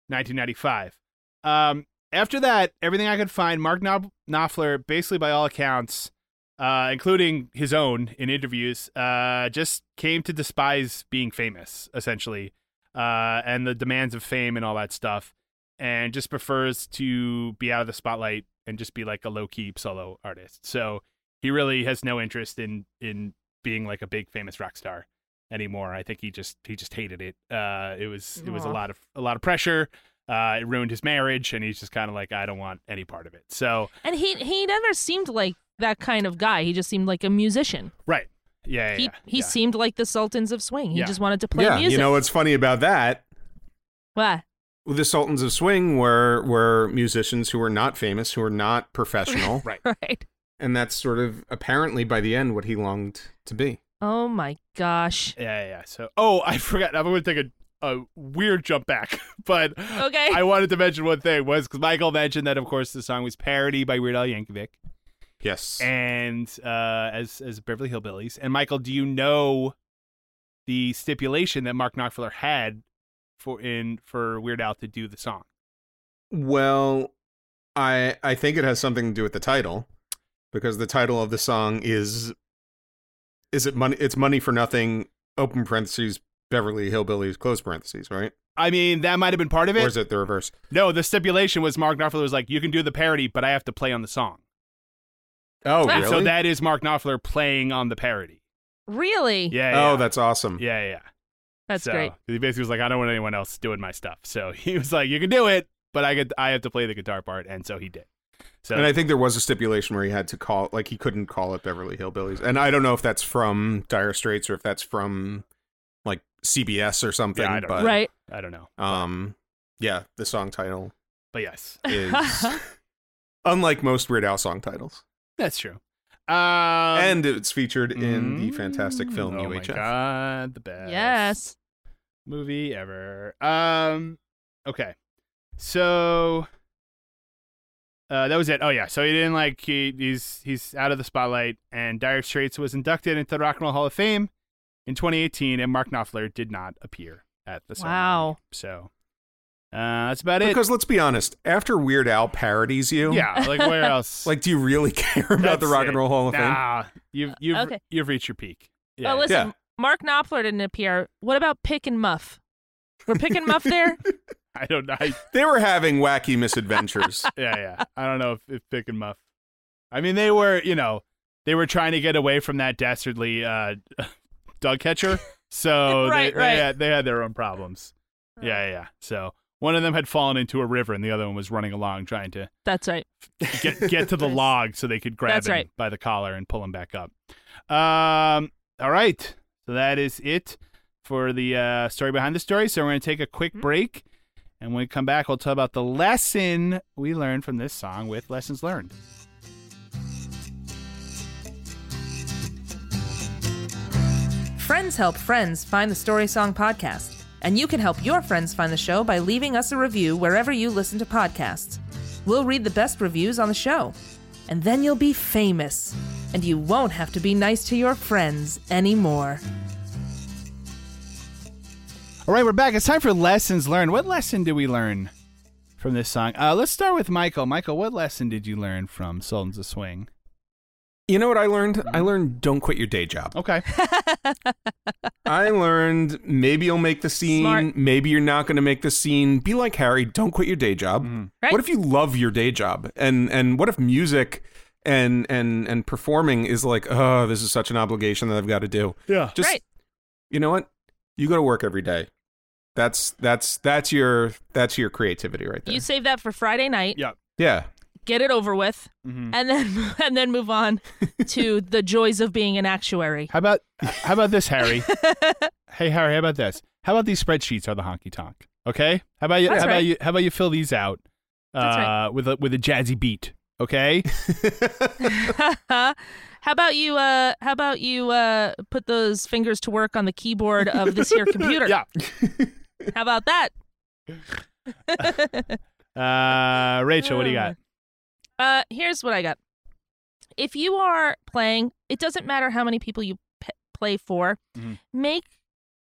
Speaker 1: 1995. Um, after that, everything I could find, Mark Knopf- Knopfler, basically by all accounts, uh, including his own in interviews, uh, just came to despise being famous, essentially, uh, and the demands of fame and all that stuff, and just prefers to be out of the spotlight and just be like a low key solo artist. So he really has no interest in in being like a big famous rock star anymore. I think he just he just hated it. Uh, it was it was a
Speaker 3: Aw.
Speaker 1: lot of a lot of pressure. Uh, it ruined his marriage, and he's just kind of like, I don't want any part of it. So
Speaker 3: And he he never seemed like that kind of guy. He just seemed like a musician.
Speaker 1: right, yeah, yeah,
Speaker 3: he
Speaker 1: yeah,
Speaker 3: he
Speaker 1: yeah.
Speaker 3: seemed like the Sultans of Swing. He
Speaker 1: Yeah.
Speaker 3: just wanted to play music.
Speaker 4: you know what's funny about that?
Speaker 3: What?
Speaker 4: The Sultans of Swing were were musicians who were not famous, who were not professional,
Speaker 1: right.
Speaker 3: Right.
Speaker 4: and that's sort of apparently by the end what he longed to be.
Speaker 3: Oh my gosh.
Speaker 1: Yeah, yeah, yeah. So, oh, I forgot. I'm going to take a, a weird jump back, but
Speaker 3: Okay.
Speaker 1: I wanted to mention one thing was because Michael mentioned that, of course, the song was parody by Weird Al Yankovic
Speaker 4: Yes.
Speaker 1: and uh, as as Beverly Hillbillies. And Michael, do you know the stipulation that Mark Knopfler had for in for Weird Al to do the song?
Speaker 4: well, I I think it has something to do with the title because the title of the song is is it money it's money for nothing open parentheses Beverly Hillbillies close parentheses, right?
Speaker 1: I mean, that might have been part of it.
Speaker 4: Or is it the reverse?
Speaker 1: No, the stipulation was Mark Knopfler was like, you can do the parody, but I have to play on the song.
Speaker 4: Oh,
Speaker 3: Ah.
Speaker 4: really?
Speaker 1: So that is Mark Knopfler playing on the parody.
Speaker 3: really?
Speaker 1: Yeah. yeah.
Speaker 4: Oh, that's awesome.
Speaker 1: yeah, yeah.
Speaker 3: That's
Speaker 1: So,
Speaker 3: great.
Speaker 1: He basically was like, I don't want anyone else doing my stuff. So he was like, you can do it, but I could I have to play the guitar part, and so he did. So
Speaker 4: And I think there was a stipulation where he had to call, like he couldn't call it Beverly Hillbillies. And I don't know if that's from Dire Straits or if that's from like CBS or something.
Speaker 1: Yeah, I don't
Speaker 4: but,
Speaker 1: know.
Speaker 3: right?
Speaker 1: I don't know,
Speaker 4: Um, yeah, the song title
Speaker 1: but yes,
Speaker 4: is unlike most Weird Al song titles,
Speaker 1: that's true. Um, mm,
Speaker 4: and it's featured in the fantastic film
Speaker 1: oh
Speaker 4: UHF.
Speaker 1: my god, the best
Speaker 3: Yes.
Speaker 1: movie ever. Um, okay, so uh, that was it. Oh yeah, so he didn't like he, he's he's out of the spotlight, and Dire Straits was inducted into the Rock and Roll Hall of Fame in 2018, and Mark Knopfler did not appear at the ceremony.
Speaker 3: Wow.
Speaker 1: So uh, that's about it.
Speaker 4: Because let's be honest, after Weird Al parodies you,
Speaker 1: yeah, like where else?
Speaker 4: like do you really care about the
Speaker 1: That's
Speaker 4: Rock
Speaker 1: it.
Speaker 4: and Roll Hall of Fame?
Speaker 1: Nah, you've you've
Speaker 3: Okay.
Speaker 1: you've reached your peak. Yeah,
Speaker 3: Well,
Speaker 1: yeah.
Speaker 3: listen,
Speaker 4: Yeah.
Speaker 3: Mark Knopfler didn't appear. What about Pick and Muff? Were Pick and Muff there?
Speaker 1: I don't know. I-
Speaker 4: They were having wacky misadventures.
Speaker 1: yeah, yeah. I don't know if, if Pick and Muff. I mean, they were, you know, they were trying to get away from that dastardly uh, dog catcher. So
Speaker 3: Right,
Speaker 1: they,
Speaker 3: right.
Speaker 1: They, had, they had their own problems. Yeah, yeah, yeah. So one of them had fallen into a river, and the other one was running along trying to
Speaker 3: That's right.
Speaker 1: get get to the
Speaker 3: Nice.
Speaker 1: log so they could grab
Speaker 3: That's
Speaker 1: him
Speaker 3: right.
Speaker 1: by the collar and pull him back up. Um, all right, so that is it for the uh, story behind the story. So we're going to take a quick
Speaker 3: Mm-hmm.
Speaker 1: break, and when we come back, we'll talk about the lesson we learned from this song with lessons learned.
Speaker 7: Friends help friends find the Story Song podcast, and you can help your friends find the show by leaving us a review wherever you listen to podcasts. We'll read the best reviews on the show, and then you'll be famous, and you won't have to be nice to your friends anymore.
Speaker 1: All right, we're back. It's time for lessons learned. What lesson did we learn from this song? Uh, let's start with Michael. Michael, what lesson did you learn from Sultans of Swing?
Speaker 4: You know what I learned?
Speaker 1: Mm.
Speaker 4: I learned don't quit your day job.
Speaker 1: Okay,
Speaker 4: I learned maybe you'll make the scene,
Speaker 3: Smart.
Speaker 4: maybe you're not going to make the scene. Be like Harry, don't quit your day job.
Speaker 1: Mm-hmm.
Speaker 3: Right.
Speaker 4: What if you love your day job? And and what if music and and and performing is like, oh, this is such an obligation that I've got to do.
Speaker 1: Yeah.
Speaker 4: Just
Speaker 3: Right.
Speaker 4: You know what? You go to work every day. That's that's that's your that's your creativity right there.
Speaker 3: You save that for Friday night.
Speaker 1: yeah.
Speaker 4: yeah. Mm-hmm.
Speaker 3: Get it over with,
Speaker 1: Mhm.
Speaker 3: and then and then move on to the joys of being an actuary.
Speaker 1: How about how about this, Harry? hey, Harry, how about this? How about these spreadsheets are the honky tonk? Okay. How about you?
Speaker 3: That's
Speaker 1: how about
Speaker 3: right.
Speaker 1: you? How about you fill these out uh,
Speaker 3: That's right.
Speaker 1: with a with a jazzy beat? Okay.
Speaker 3: how about you? Uh, how about you uh, put those fingers to work on the keyboard of this here computer?
Speaker 1: yeah.
Speaker 3: How about that?
Speaker 1: Uh, Rachel, what do you got?
Speaker 3: Mm. Uh, here's what I got. If you are playing, it doesn't matter how many people you p- play for.
Speaker 1: Mhm.
Speaker 3: Make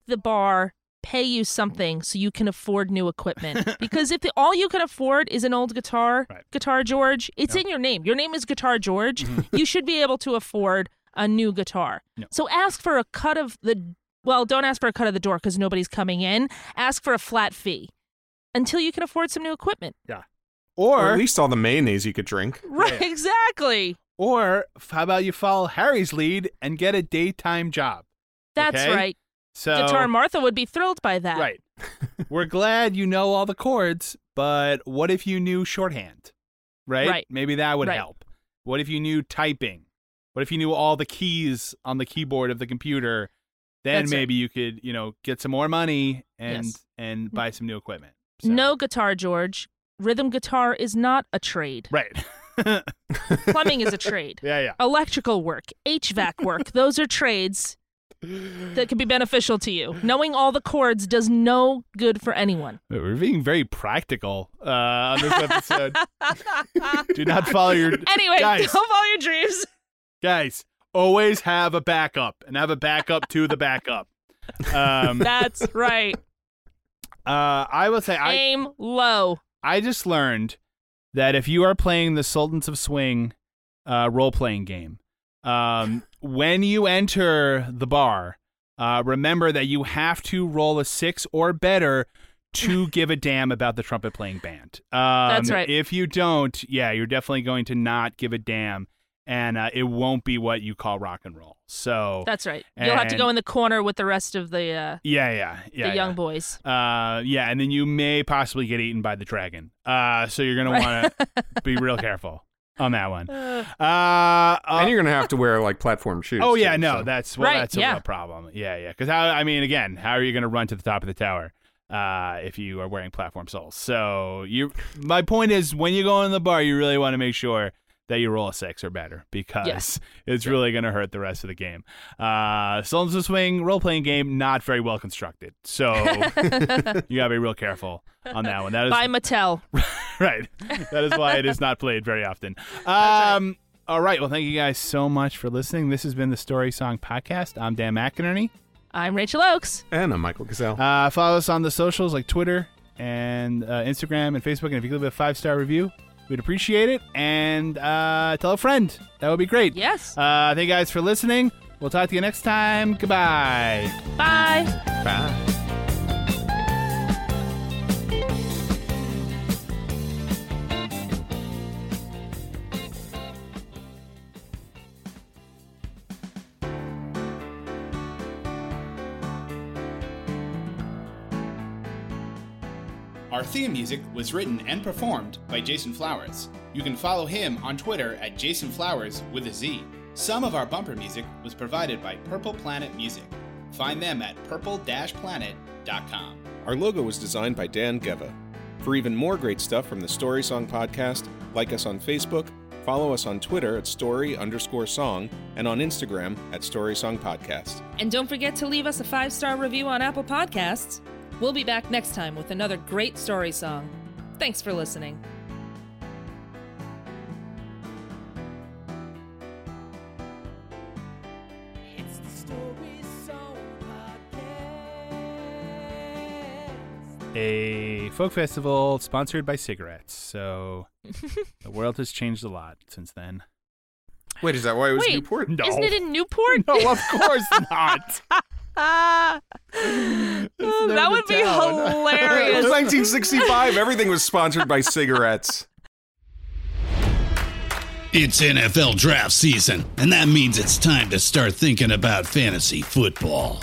Speaker 3: the bar pay you something so you can afford new equipment. because if the, all you can afford is an old guitar,
Speaker 1: Right.
Speaker 3: Guitar George, it's
Speaker 1: Yeah. Mm-hmm.
Speaker 3: in your name. Your name is Guitar George. you should be able to afford a new guitar.
Speaker 1: No.
Speaker 3: So ask for a cut of the. Well, don't ask for a cut of the door because nobody's coming in. Ask for a flat fee until you can afford some new equipment.
Speaker 4: Or at least all the mayonnaise you could drink.
Speaker 3: Right, exactly.
Speaker 1: Or f- how about you follow Harry's lead and get a daytime job?
Speaker 3: That's
Speaker 1: Okay?
Speaker 3: right.
Speaker 1: So
Speaker 3: Guitar Martha would be thrilled by that.
Speaker 1: right. We're glad you know all the chords, but what if you knew shorthand? Right?
Speaker 3: Right.
Speaker 1: Maybe that would
Speaker 3: Right.
Speaker 1: help. What if you knew typing? What if you knew all the keys on the keyboard of the computer? Then
Speaker 3: That's right.
Speaker 1: maybe you could, you know, get some more money and
Speaker 3: Yes. Mm.
Speaker 1: and buy some new equipment. So-
Speaker 3: No guitar, George. Rhythm guitar is not a trade.
Speaker 1: Right. yeah,
Speaker 3: Plumbing is a trade.
Speaker 1: yeah.
Speaker 3: Electrical work, HVAC work, those are trades that can be beneficial to you. Knowing all the chords does no good for anyone.
Speaker 1: We're being very practical uh, on this episode. Do not follow your
Speaker 3: Anyway,
Speaker 1: guys.
Speaker 3: don't follow your dreams.
Speaker 1: Guys, always have a backup and have a backup to the backup. Um,
Speaker 3: That's right.
Speaker 1: Uh, I will say I
Speaker 3: Aim low.
Speaker 1: I just learned that if you are playing the Sultans of Swing uh, role playing game, um, when you enter the bar, uh, remember that you have to roll a six or better to give a damn about the trumpet playing band. Um,
Speaker 3: That's right.
Speaker 1: If you don't, yeah, you're definitely going to not give a damn. and uh, it won't be what you call rock and roll. So
Speaker 3: That's right. You'll have to
Speaker 1: And-
Speaker 3: go in the corner with the rest of the uh,
Speaker 1: yeah, yeah, yeah,
Speaker 3: the young
Speaker 1: yeah.
Speaker 3: boys.
Speaker 1: Uh, yeah, and then you may possibly get eaten by the dragon. Uh, so you're gonna want to be real careful on that one. Uh, uh,
Speaker 4: and you're gonna have to wear like platform shoes.
Speaker 1: oh yeah,
Speaker 4: too,
Speaker 1: no,
Speaker 4: so.
Speaker 1: that's well,
Speaker 3: Right,
Speaker 1: that's a
Speaker 3: yeah.
Speaker 1: real problem. Yeah, yeah, because how? I mean, again, how are you gonna run to the top of the tower? Uh, if you are wearing platform soles, so you. My point is, when you go in the bar, you really want to make sure that you roll a six or better because it's really going to hurt the rest of the game. Uh, Solms of Swing role playing game not very well constructed, so you gotta be real careful on that one. That is
Speaker 3: By Mattel.
Speaker 1: right. That is why it is not played very often. Um, All right. Well, thank you guys so much for listening. This has been the Story Song Podcast. I'm Dan McInerney.
Speaker 3: I'm Rachel Oakes.
Speaker 4: and I'm Michael Gazelle.
Speaker 1: Uh, follow us on the socials like Twitter and uh, Instagram and Facebook. And if you could leave a five star review, we'd appreciate it. And uh, tell a friend. That would be great.
Speaker 3: Yes.
Speaker 1: Uh, thank you guys for listening. We'll talk to you next time. Goodbye.
Speaker 3: Bye.
Speaker 4: Bye.
Speaker 8: Our theme music was written and performed by Jason Flowers. You can follow him on Twitter at Jason Flowers with a Z. Some of our bumper music was provided by Purple Planet Music. Find them at purple-planet.com.
Speaker 9: Our logo was designed by Dan Geva. For even more great stuff from the Story Song Podcast, like us on Facebook, follow us on Twitter at story underscore song, and on Instagram at Story Song Podcast.
Speaker 7: And don't forget to leave us a five star review on Apple Podcasts. We'll be back next time with another great story song. Thanks for listening.
Speaker 2: It's the Story Song Podcast.
Speaker 1: a folk festival sponsored by cigarettes. So the world has changed a lot since then.
Speaker 4: Wait, is that why it was
Speaker 3: Wait,
Speaker 4: Newport?
Speaker 3: Isn't it in Newport?
Speaker 1: No, of course not.
Speaker 3: Ah. that would be
Speaker 4: It was
Speaker 3: hilarious.
Speaker 4: 1965. Everything was sponsored by cigarettes.
Speaker 6: It's NFL draft season, and that means it's time to start thinking about fantasy football.